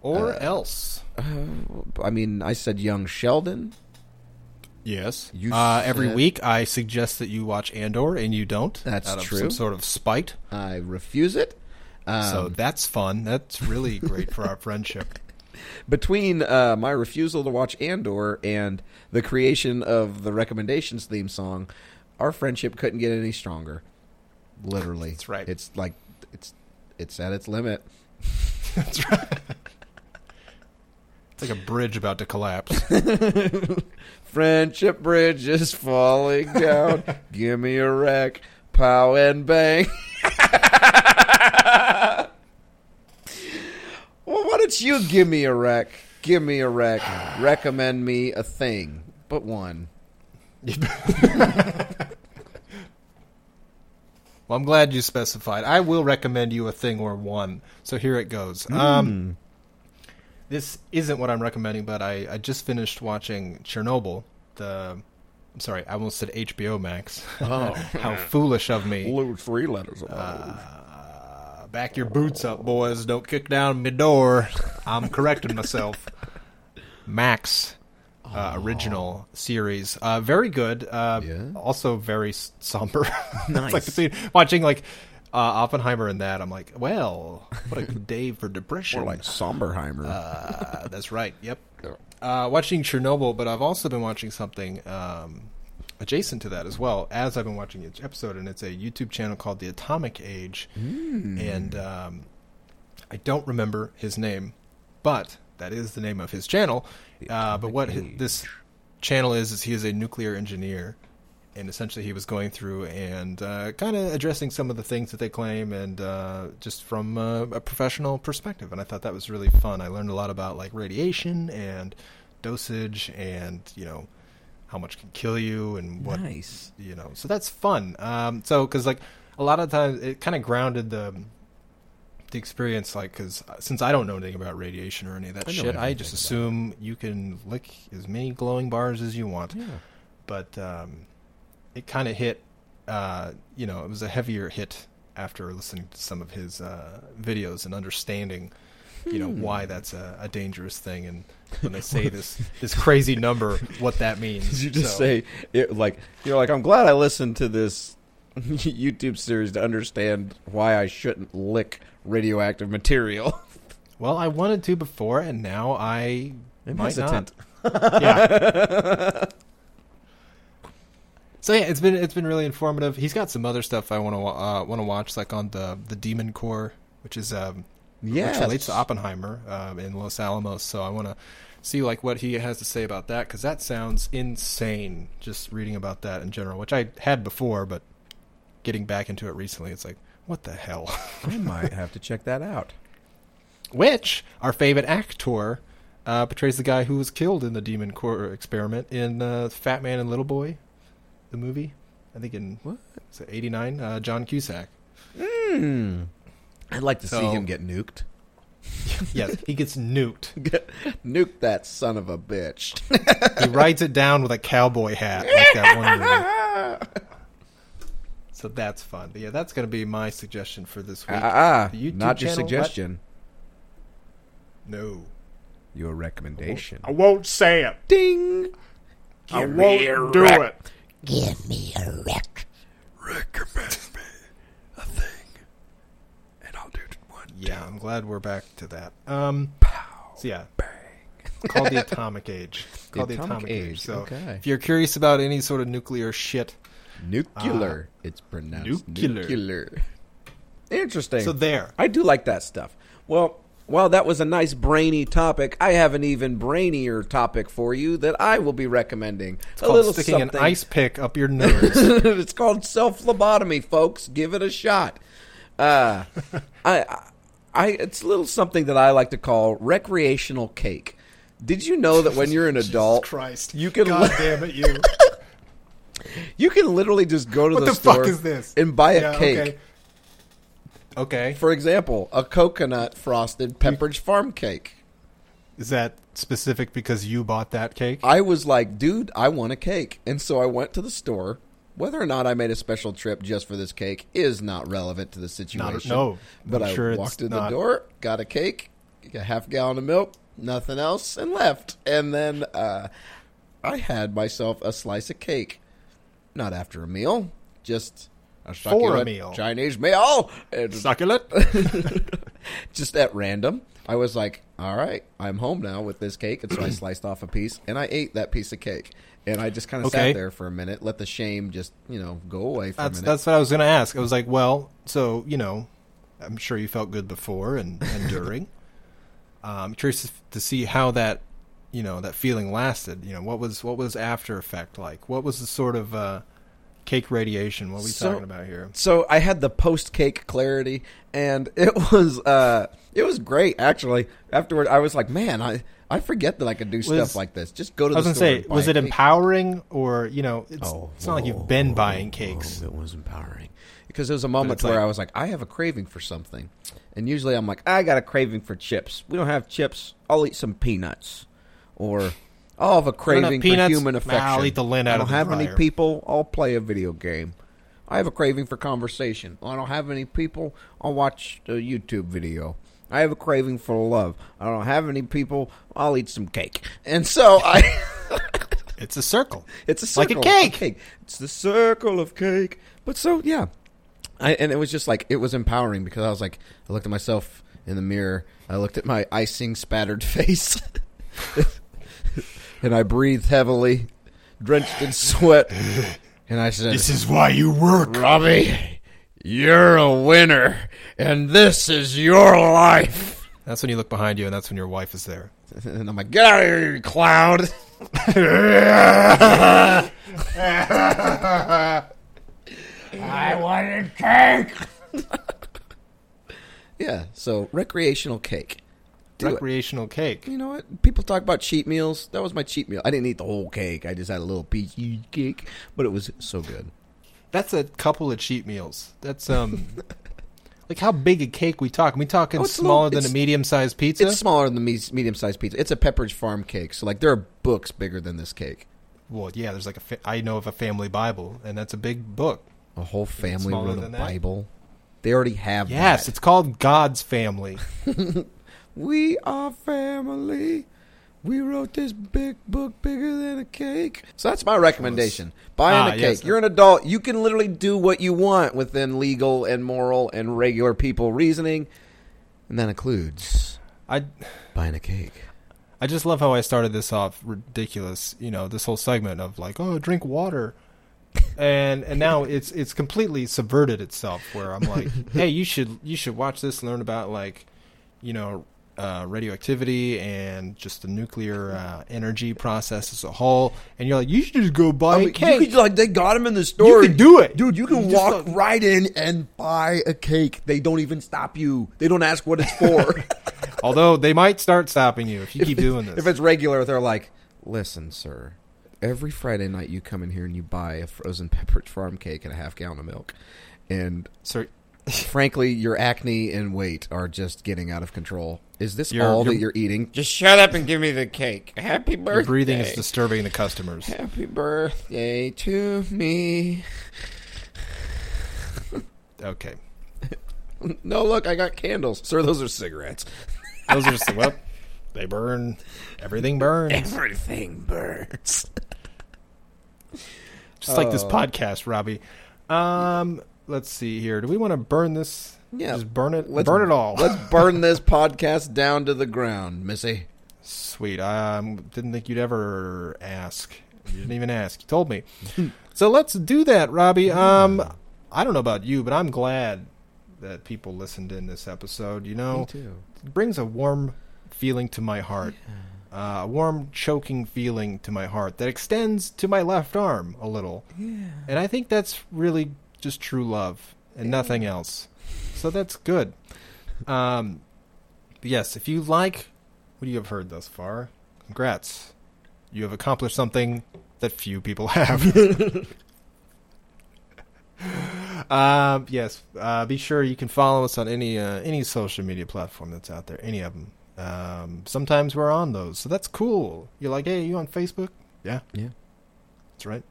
Speaker 2: Uh,
Speaker 1: Or else.
Speaker 2: I mean, I said young Sheldon.
Speaker 1: Yes.
Speaker 2: You
Speaker 1: uh, every
Speaker 2: said-
Speaker 1: week I suggest that you watch Andor and you don't.
Speaker 2: That's
Speaker 1: out
Speaker 2: true.
Speaker 1: Of some sort of spite.
Speaker 2: I refuse it.
Speaker 1: so
Speaker 2: Um,
Speaker 1: that's fun. That's really great for our friendship.
Speaker 2: Between uh, my refusal to watch Andor and the creation of the recommendations theme song, our friendship couldn't get any stronger. Literally, that's
Speaker 1: right.
Speaker 2: It's like it's it's at its limit.
Speaker 1: It's like a bridge about to collapse.
Speaker 2: Friendship bridge is falling down. Give me a wreck. Pow and bang. well, why don't you give me a wreck? Give me a wreck. Recommend me a thing, but one.
Speaker 1: Well, I'm glad you specified. I will recommend you a thing or one. So here it goes. Um,
Speaker 2: Hmm.
Speaker 1: this isn't what I'm recommending, but I, I just finished watching Chernobyl. The I'm sorry, I almost said HBO Max. Oh, how foolish of me!
Speaker 2: Blue three letters.
Speaker 5: Ah,
Speaker 1: Uh, back your boots up, boys. Don't kick down my door. I'm correcting myself. Max uh, original series. Uh, very good. Uh,
Speaker 2: Yeah.
Speaker 1: Also very s- somber. Nice. like see, watching like uh, Oppenheimer and that. I'm like, well, what a good day for depression.
Speaker 2: Somberheimer.
Speaker 1: Uh, that's right. Yep. Uh, watching Chernobyl, but I've also been watching something um, adjacent to that as well. As I've been watching each episode, and it's a YouTube channel called The Atomic Age, and um, I don't remember his name, but that is the name of his channel. Uh, but what hi- this channel is is he is a nuclear engineer, and essentially he was going through and uh, kind of addressing some of the things that they claim, and uh, just from uh, a professional perspective. And I thought that was really fun. I learned a lot about like radiation and dosage, and you know how much can kill you and what
Speaker 2: Nice.
Speaker 1: you know. So that's fun. Um, so because like a lot of times it kind of grounded the the experience like because since i don't know anything about radiation or any of that shit i just assume you can lick as many glowing bars as you want but um, it kind of hit uh, you know it was a heavier hit after listening to some of his uh, videos and understanding you know
Speaker 2: Hmm.
Speaker 1: why that's a, a dangerous thing and when they say this this crazy number what that means
Speaker 2: Did you just
Speaker 1: So-
Speaker 2: say it like you're like I'm glad I listened to this YouTube series to understand why I shouldn't lick radioactive material.
Speaker 1: well i wanted to before and now i might not
Speaker 2: hesitant.
Speaker 1: yeah So yeah, it's been it's been really informative. He's got some other stuff I want to uh, want to watch, like on the the Demon Core, which is um, which
Speaker 2: Yes.
Speaker 1: relates to Oppenheimer um, in Los Alamos. So I want to see like what he has to say about that because that sounds insane. Just reading about that in general, which I had before, but getting back into it recently, it's like what the hell.
Speaker 2: I might have to check that out.
Speaker 1: which our favorite actor uh, portrays the guy who was killed in the Demon Core experiment in uh, Fat Man and Little Boy, the movie. I think in what is it eighty nine? Uh, John Cusack.
Speaker 2: Hmm. I'd like to see
Speaker 1: So-
Speaker 2: him get nuked.
Speaker 1: Yes, he gets nuked.
Speaker 2: Nuke that son of a bitch.
Speaker 1: He rides it down with a cowboy hat, like that one
Speaker 2: Ah,
Speaker 1: movie. So that's fun. But yeah, that's going to be my suggestion for this week.
Speaker 2: Ah,
Speaker 1: The YouTube
Speaker 2: not your
Speaker 1: channel, what?
Speaker 2: suggestion,
Speaker 1: No.
Speaker 2: your recommendation.
Speaker 1: Oh,
Speaker 8: I won't say it.
Speaker 2: Ding.
Speaker 8: I won't do it.
Speaker 1: Yeah, I'm glad we're back to that. Um, so yeah, called the Atomic Age. Called the,
Speaker 2: Atomic
Speaker 1: Atomic, Age.
Speaker 2: Age,
Speaker 1: So
Speaker 2: okay.
Speaker 1: if you're curious about any sort of nuclear shit,
Speaker 2: Nuclear. it's pronounced
Speaker 1: Ah. nuclear.
Speaker 2: nuclear. Interesting.
Speaker 1: so there.
Speaker 2: I do like that stuff. Well, while that was a nice brainy topic, I have an even brainier topic for you that I will be recommending. It's a
Speaker 1: Called
Speaker 2: little
Speaker 1: sticking
Speaker 2: something.
Speaker 1: an ice pick up your nose.
Speaker 2: it's called self lobotomy, folks. Give it a shot. Uh, I, I- I, it's a little something that I like to call recreational cake. Did you know that when you're an adult,
Speaker 1: Christ,
Speaker 2: you can
Speaker 1: God damn it, you.
Speaker 2: you can literally just go to
Speaker 1: What
Speaker 2: the,
Speaker 1: the
Speaker 2: store
Speaker 1: fuck is this?
Speaker 2: and buy a
Speaker 1: Yeah,
Speaker 2: cake.
Speaker 1: Okay. Okay.
Speaker 2: For example, a coconut frosted Pepperidge Farm cake.
Speaker 1: Is that specific because you bought that cake?
Speaker 2: I was like, dude, I want a cake. And so I went to the store. Whether or not I made a special trip just for this cake is not relevant to the situation.
Speaker 1: no.
Speaker 2: But
Speaker 1: I'm
Speaker 2: I
Speaker 1: sure it's
Speaker 2: walked in
Speaker 1: not.
Speaker 2: the door, got a cake, a half gallon of milk, nothing else, and left. And then uh, I had myself a slice of cake. Not after a meal, just a succulent
Speaker 1: meal.
Speaker 2: Chinese meal. And
Speaker 1: Succulent?
Speaker 2: just at random. I was like, all right, I'm home now with this cake. And so I sliced off a piece and I ate that piece of cake. And I just kind of
Speaker 1: Okay.
Speaker 2: sat there for a minute, let the shame just, you know, go away for
Speaker 1: That's
Speaker 2: a minute.
Speaker 1: that's what I was going to ask. I was like, well, so you know, I'm sure you felt good before and, and during. um, curious if- to see how that, you know, that feeling lasted. You know, what was what was after effect like? What was the sort of uh, cake radiation? What are we
Speaker 2: So-
Speaker 1: talking about here?
Speaker 2: so I had the post cake clarity, and it was uh, it was great actually. Afterward, I was like, man, I, I forget that I could do stuff like this. Just go to
Speaker 1: I was
Speaker 2: the
Speaker 1: gonna
Speaker 2: store.
Speaker 1: say,
Speaker 2: and buy
Speaker 1: was
Speaker 2: a
Speaker 1: it
Speaker 2: cake.
Speaker 1: empowering or you know, it's, it's not like
Speaker 2: whoa,
Speaker 1: you've been
Speaker 2: whoa,
Speaker 1: buying
Speaker 2: whoa,
Speaker 1: cakes.
Speaker 2: it oh, was empowering because there was a moment
Speaker 1: it's
Speaker 2: where
Speaker 1: like-
Speaker 2: I was like, I have a craving for something, and usually I'm like, I got a craving for chips. We don't have chips. I'll eat some peanuts, or I'll have a craving for
Speaker 1: peanuts?
Speaker 2: human
Speaker 1: Nah,
Speaker 2: affection.
Speaker 1: I'll eat the lint
Speaker 2: I
Speaker 1: out
Speaker 2: don't
Speaker 1: of the
Speaker 2: have any
Speaker 1: dryer."
Speaker 2: people. I'll play a video game. I have a craving for conversation. I don't have any people. I'll watch a YouTube video. I have a craving for love. I don't have any people. I'll eat some cake. And so I.
Speaker 1: It's a circle.
Speaker 2: It's a
Speaker 1: Like a
Speaker 2: circle of
Speaker 1: cake.
Speaker 2: It's the circle of cake. But so yeah, I, and it was just like it was empowering because I was like I looked at myself in the mirror. I looked at my icing spattered face, and I breathed heavily, drenched in sweat, and I said,
Speaker 1: is why you work.
Speaker 2: "Robbie, you're a winner, and this is your life."
Speaker 1: That's when you look behind you, and that's when your wife is there.
Speaker 2: And I'm like, "Get out of here, you clown!"
Speaker 4: I wanted cake.
Speaker 2: yeah. So recreational cake. Do it.
Speaker 1: Recreational cake.
Speaker 2: You know what? People talk about cheat meals. That was my cheat meal. I didn't eat the whole cake. I just had a little piece of cake, but it was so good.
Speaker 1: That's a couple of cheat meals. That's um, like how big a cake we talking? We talking
Speaker 2: Oh, it's a little-
Speaker 1: smaller than a
Speaker 2: it's-
Speaker 1: medium sized pizza?
Speaker 2: It's smaller than the me- medium-sized pizza. It's a Pepperidge Farm cake, so like there are books bigger than this cake.
Speaker 1: well, yeah. There's like a fa- I know of a family Bible, and that's a big book.
Speaker 2: A whole family
Speaker 1: smaller
Speaker 2: wrote a
Speaker 1: than that?
Speaker 2: Bible. They already have
Speaker 1: Yes,
Speaker 2: that.
Speaker 1: it's called God's Family.
Speaker 2: We are family. We wrote this big book bigger than a cake. So that's my recommendation. Buying
Speaker 1: Ah,
Speaker 2: a cake.
Speaker 1: yes.
Speaker 2: You're an adult. You can literally do what you want within legal and moral and regular people reasoning. And that includes
Speaker 1: I
Speaker 2: buying a cake.
Speaker 1: I just love how I started this off ridiculous. You know, this whole segment of like, oh, drink water. and and now it's it's completely subverted itself. Where I'm like, hey, you should you should watch this, and learn about like, you know, uh, radioactivity and just the nuclear uh, energy process as a whole. And you're like, you should just go buy
Speaker 5: I mean,
Speaker 1: a cake.
Speaker 5: You could, like they got him in the store.
Speaker 1: can do it.
Speaker 5: dude. You can
Speaker 1: You just
Speaker 5: walk right in and buy a cake. They don't even stop you. They don't ask what it's for.
Speaker 1: Although they might start stopping you if you keep doing this.
Speaker 2: If it's regular, they're like, listen, sir, every Friday night you come in here and you buy a frozen Pepperidge Farm cake and a half gallon of milk. And
Speaker 1: Sir,
Speaker 2: frankly, your acne and weight are just getting out of control. Is this
Speaker 1: You're-
Speaker 2: all that
Speaker 1: you're-
Speaker 2: you're eating?
Speaker 4: Just shut up and give me the cake. Happy birthday.
Speaker 1: your breathing is disturbing the customers.
Speaker 4: Happy
Speaker 2: Day
Speaker 4: birthday.
Speaker 2: to me.
Speaker 1: Okay,
Speaker 2: No, look, I got candles. Sir, those are cigarettes.
Speaker 1: those are just well, they burn. Everything burns,
Speaker 4: Everything burns.
Speaker 1: just like
Speaker 2: Oh.
Speaker 1: this podcast, Robbie. Um, let's see here. Do we want to burn this?
Speaker 2: Yeah.
Speaker 1: just burn it.
Speaker 2: Let's-
Speaker 1: burn it all.
Speaker 2: Let's burn this podcast down to the ground, Missy.
Speaker 1: Sweet. I um, didn't think you'd ever ask. You didn't even ask. You told me.
Speaker 2: Hmm.
Speaker 1: so let's do that, Robbie. Um, I don't know about you, but I'm glad that people listened in this episode. You know, it brings a warm feeling to my heart. Uh, a warm, choking feeling to my heart that extends to my left arm a little. Yeah. And I think that's really just true love and nothing else. So that's good. Um, yes, if you like what you have heard thus far, congrats. You have accomplished something that few people have. um, yes, uh, be sure you can follow us on any uh, any social media platform that's out there, any of them. Um, sometimes we're on those, so that's cool. You're like, hey, you on Facebook? Yeah,
Speaker 2: Yeah.
Speaker 1: that's right.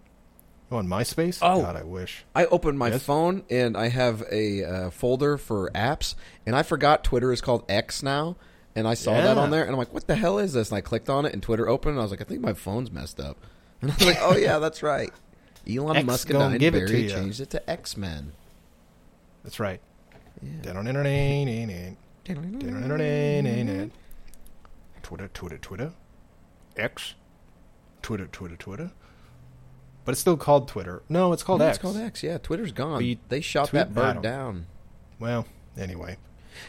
Speaker 1: You on MySpace?
Speaker 2: Oh.
Speaker 1: God, I wish.
Speaker 2: I opened my
Speaker 1: Yes?
Speaker 2: phone and I have a uh, folder for apps, and I forgot Twitter is called X now. And I saw that
Speaker 1: Yeah.
Speaker 2: on there, and I'm like, "What the hell is this?" And I clicked on it, and Twitter opened, and I was like, "I think my phone's messed up." And I was like, "Oh yeah, that's right." Elon
Speaker 1: X
Speaker 2: Musk
Speaker 1: gonna
Speaker 2: and
Speaker 1: give it to
Speaker 2: Barry
Speaker 1: ya.
Speaker 2: changed it to X Men.
Speaker 1: That's right. Yeah. Twitter, Twitter, Twitter. X. Twitter, Twitter, Twitter. But it's still called Twitter. No, it's called X.
Speaker 2: It's called X. Yeah, Twitter's gone.
Speaker 1: We
Speaker 2: they shot
Speaker 1: tweet-
Speaker 2: that
Speaker 1: I
Speaker 2: bird
Speaker 1: don't-
Speaker 2: down.
Speaker 1: Well, anyway.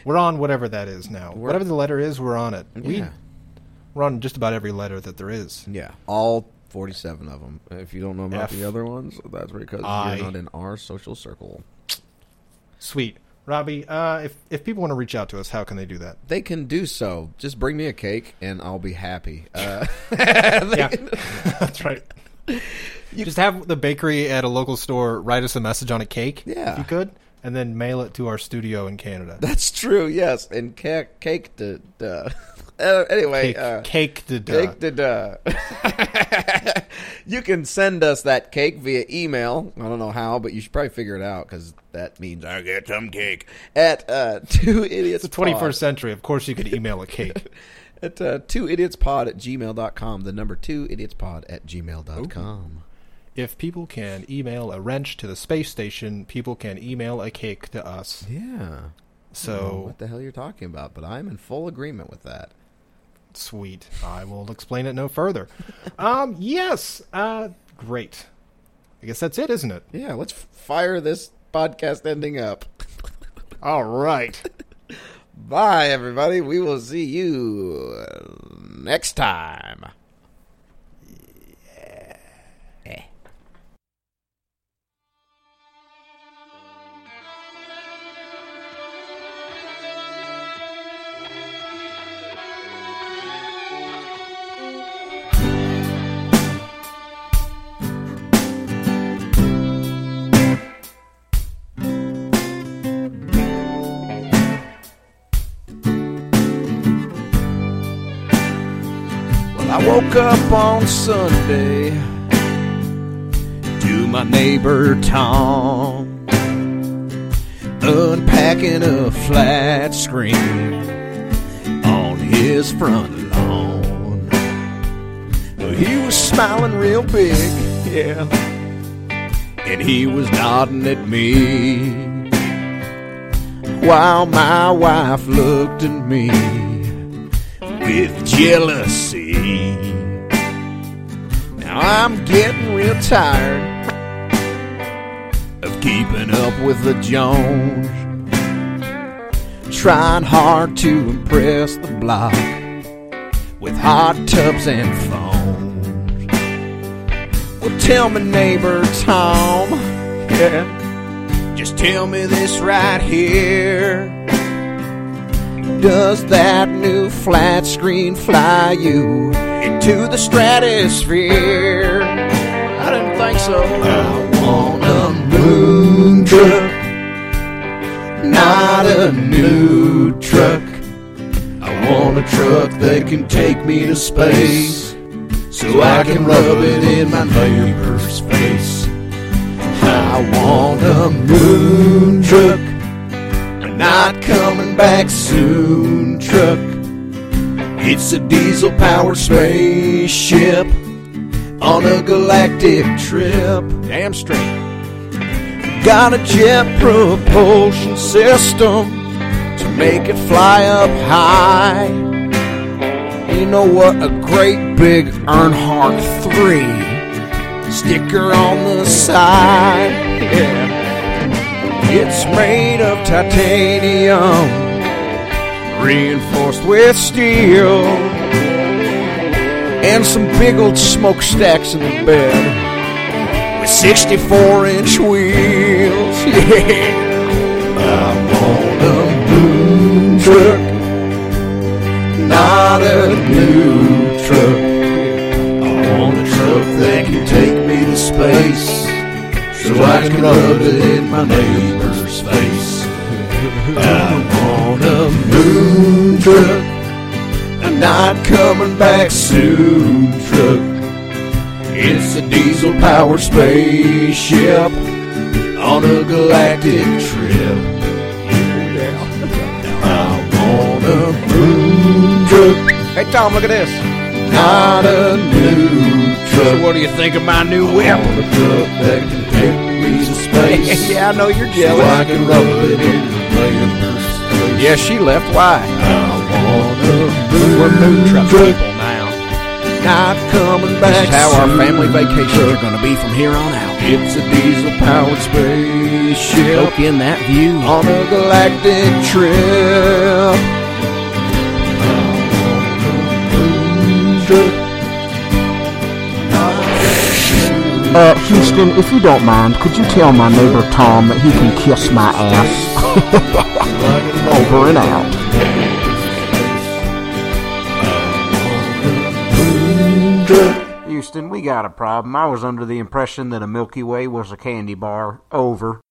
Speaker 1: We're on whatever that is now.
Speaker 2: We're-
Speaker 1: whatever the letter is, we're on it. We,
Speaker 2: Yeah.
Speaker 1: we're on just about every letter that there is.
Speaker 2: Yeah, all 47 of them. If you don't know about
Speaker 1: F.
Speaker 2: the other ones, that's because
Speaker 1: I.
Speaker 2: you're not in our social circle.
Speaker 1: Sweet. Robbie, uh, if, if people want to reach out to us, how can they do that?
Speaker 2: They can do so. Just bring me a cake, and I'll be happy. Uh,
Speaker 1: Yeah. That's right. just have the bakery at a local store write us a message on a cake,
Speaker 2: Yeah.
Speaker 1: if you could, and then mail it to our studio in Canada.
Speaker 2: That's true. Yes, and ca- cake to duh. Uh, anyway,
Speaker 1: cake,
Speaker 2: uh,
Speaker 1: cake to
Speaker 2: cake to duh. you can send us that cake via email. I don't know how, but you should probably figure it out because that means I get some cake at uh, two idiots.
Speaker 1: It's the 21st century. Of course, you could email a cake.
Speaker 2: at uh, two idiots pod at gmail.com. The number two idiots pod at
Speaker 1: Oh.
Speaker 2: gmail.com.
Speaker 1: if people can email a wrench to the space station, people can email a cake to us.
Speaker 2: Yeah.
Speaker 1: So
Speaker 2: What the hell you're talking about? But I'm in full agreement with that.
Speaker 1: sweet. I will explain it no further. um, yes. Uh, great. I guess that's it, isn't it?
Speaker 2: Yeah, let's f- fire this podcast ending up.
Speaker 8: All right.
Speaker 2: Bye, everybody. We will see you uh, next time. Well, I woke up on Sunday to my neighbor Tom unpacking a flat screen on his front lawn. He was smiling real big, yeah, and he was nodding at me while my wife looked at me with jealousy. Now I'm getting real tired
Speaker 4: of keeping up with the Jones. Trying hard to impress the block with hot tubs and phones. Well, tell me, neighbor Tom. Yeah. Just tell me this right here. Does that new flat screen fly you into the stratosphere? I didn't think so. I want a moon truck, not a new truck. I want a truck that can take me to space so I can rub it in my neighbor's face. I want a moon truck, but not coming back soon truck. It's a diesel powered spaceship on a galactic trip. Damn straight. Got a jet propulsion system to make it fly up high. You know what? A great big Earnhardt 3 sticker on the side. Yeah. It's made of titanium, reinforced with steel, and some big old smokestacks in the bed with 64 inch wheels. Yeah. I want a moon truck, not a new truck. I want a truck that can take me to space, so I can rub it in my neighbor's face. I want a moon truck, a not coming back soon truck. It's a diesel powered spaceship on a galactic trip. I want a moon truck. Hey Tom, look at this. Not a new truck. what do you think of my new whip? a truck that can take me to space. yeah, I know you're jealous. So I can rub it in the player's face. Yeah, she left. Why? I want a moon, We're moon truck, people now. Not coming back.
Speaker 2: This is how our
Speaker 4: soon
Speaker 2: family vacations
Speaker 4: truck.
Speaker 2: are going to be from here on out.
Speaker 4: It's a diesel powered spaceship
Speaker 2: Soak in that view.
Speaker 4: on a galactic trip.
Speaker 9: Uh, Houston, if you don't mind, could you tell my neighbor Tom that he can kiss my ass? Over and out.
Speaker 10: Houston, we got a problem. I was under the impression that a Milky Way was a candy bar. Over.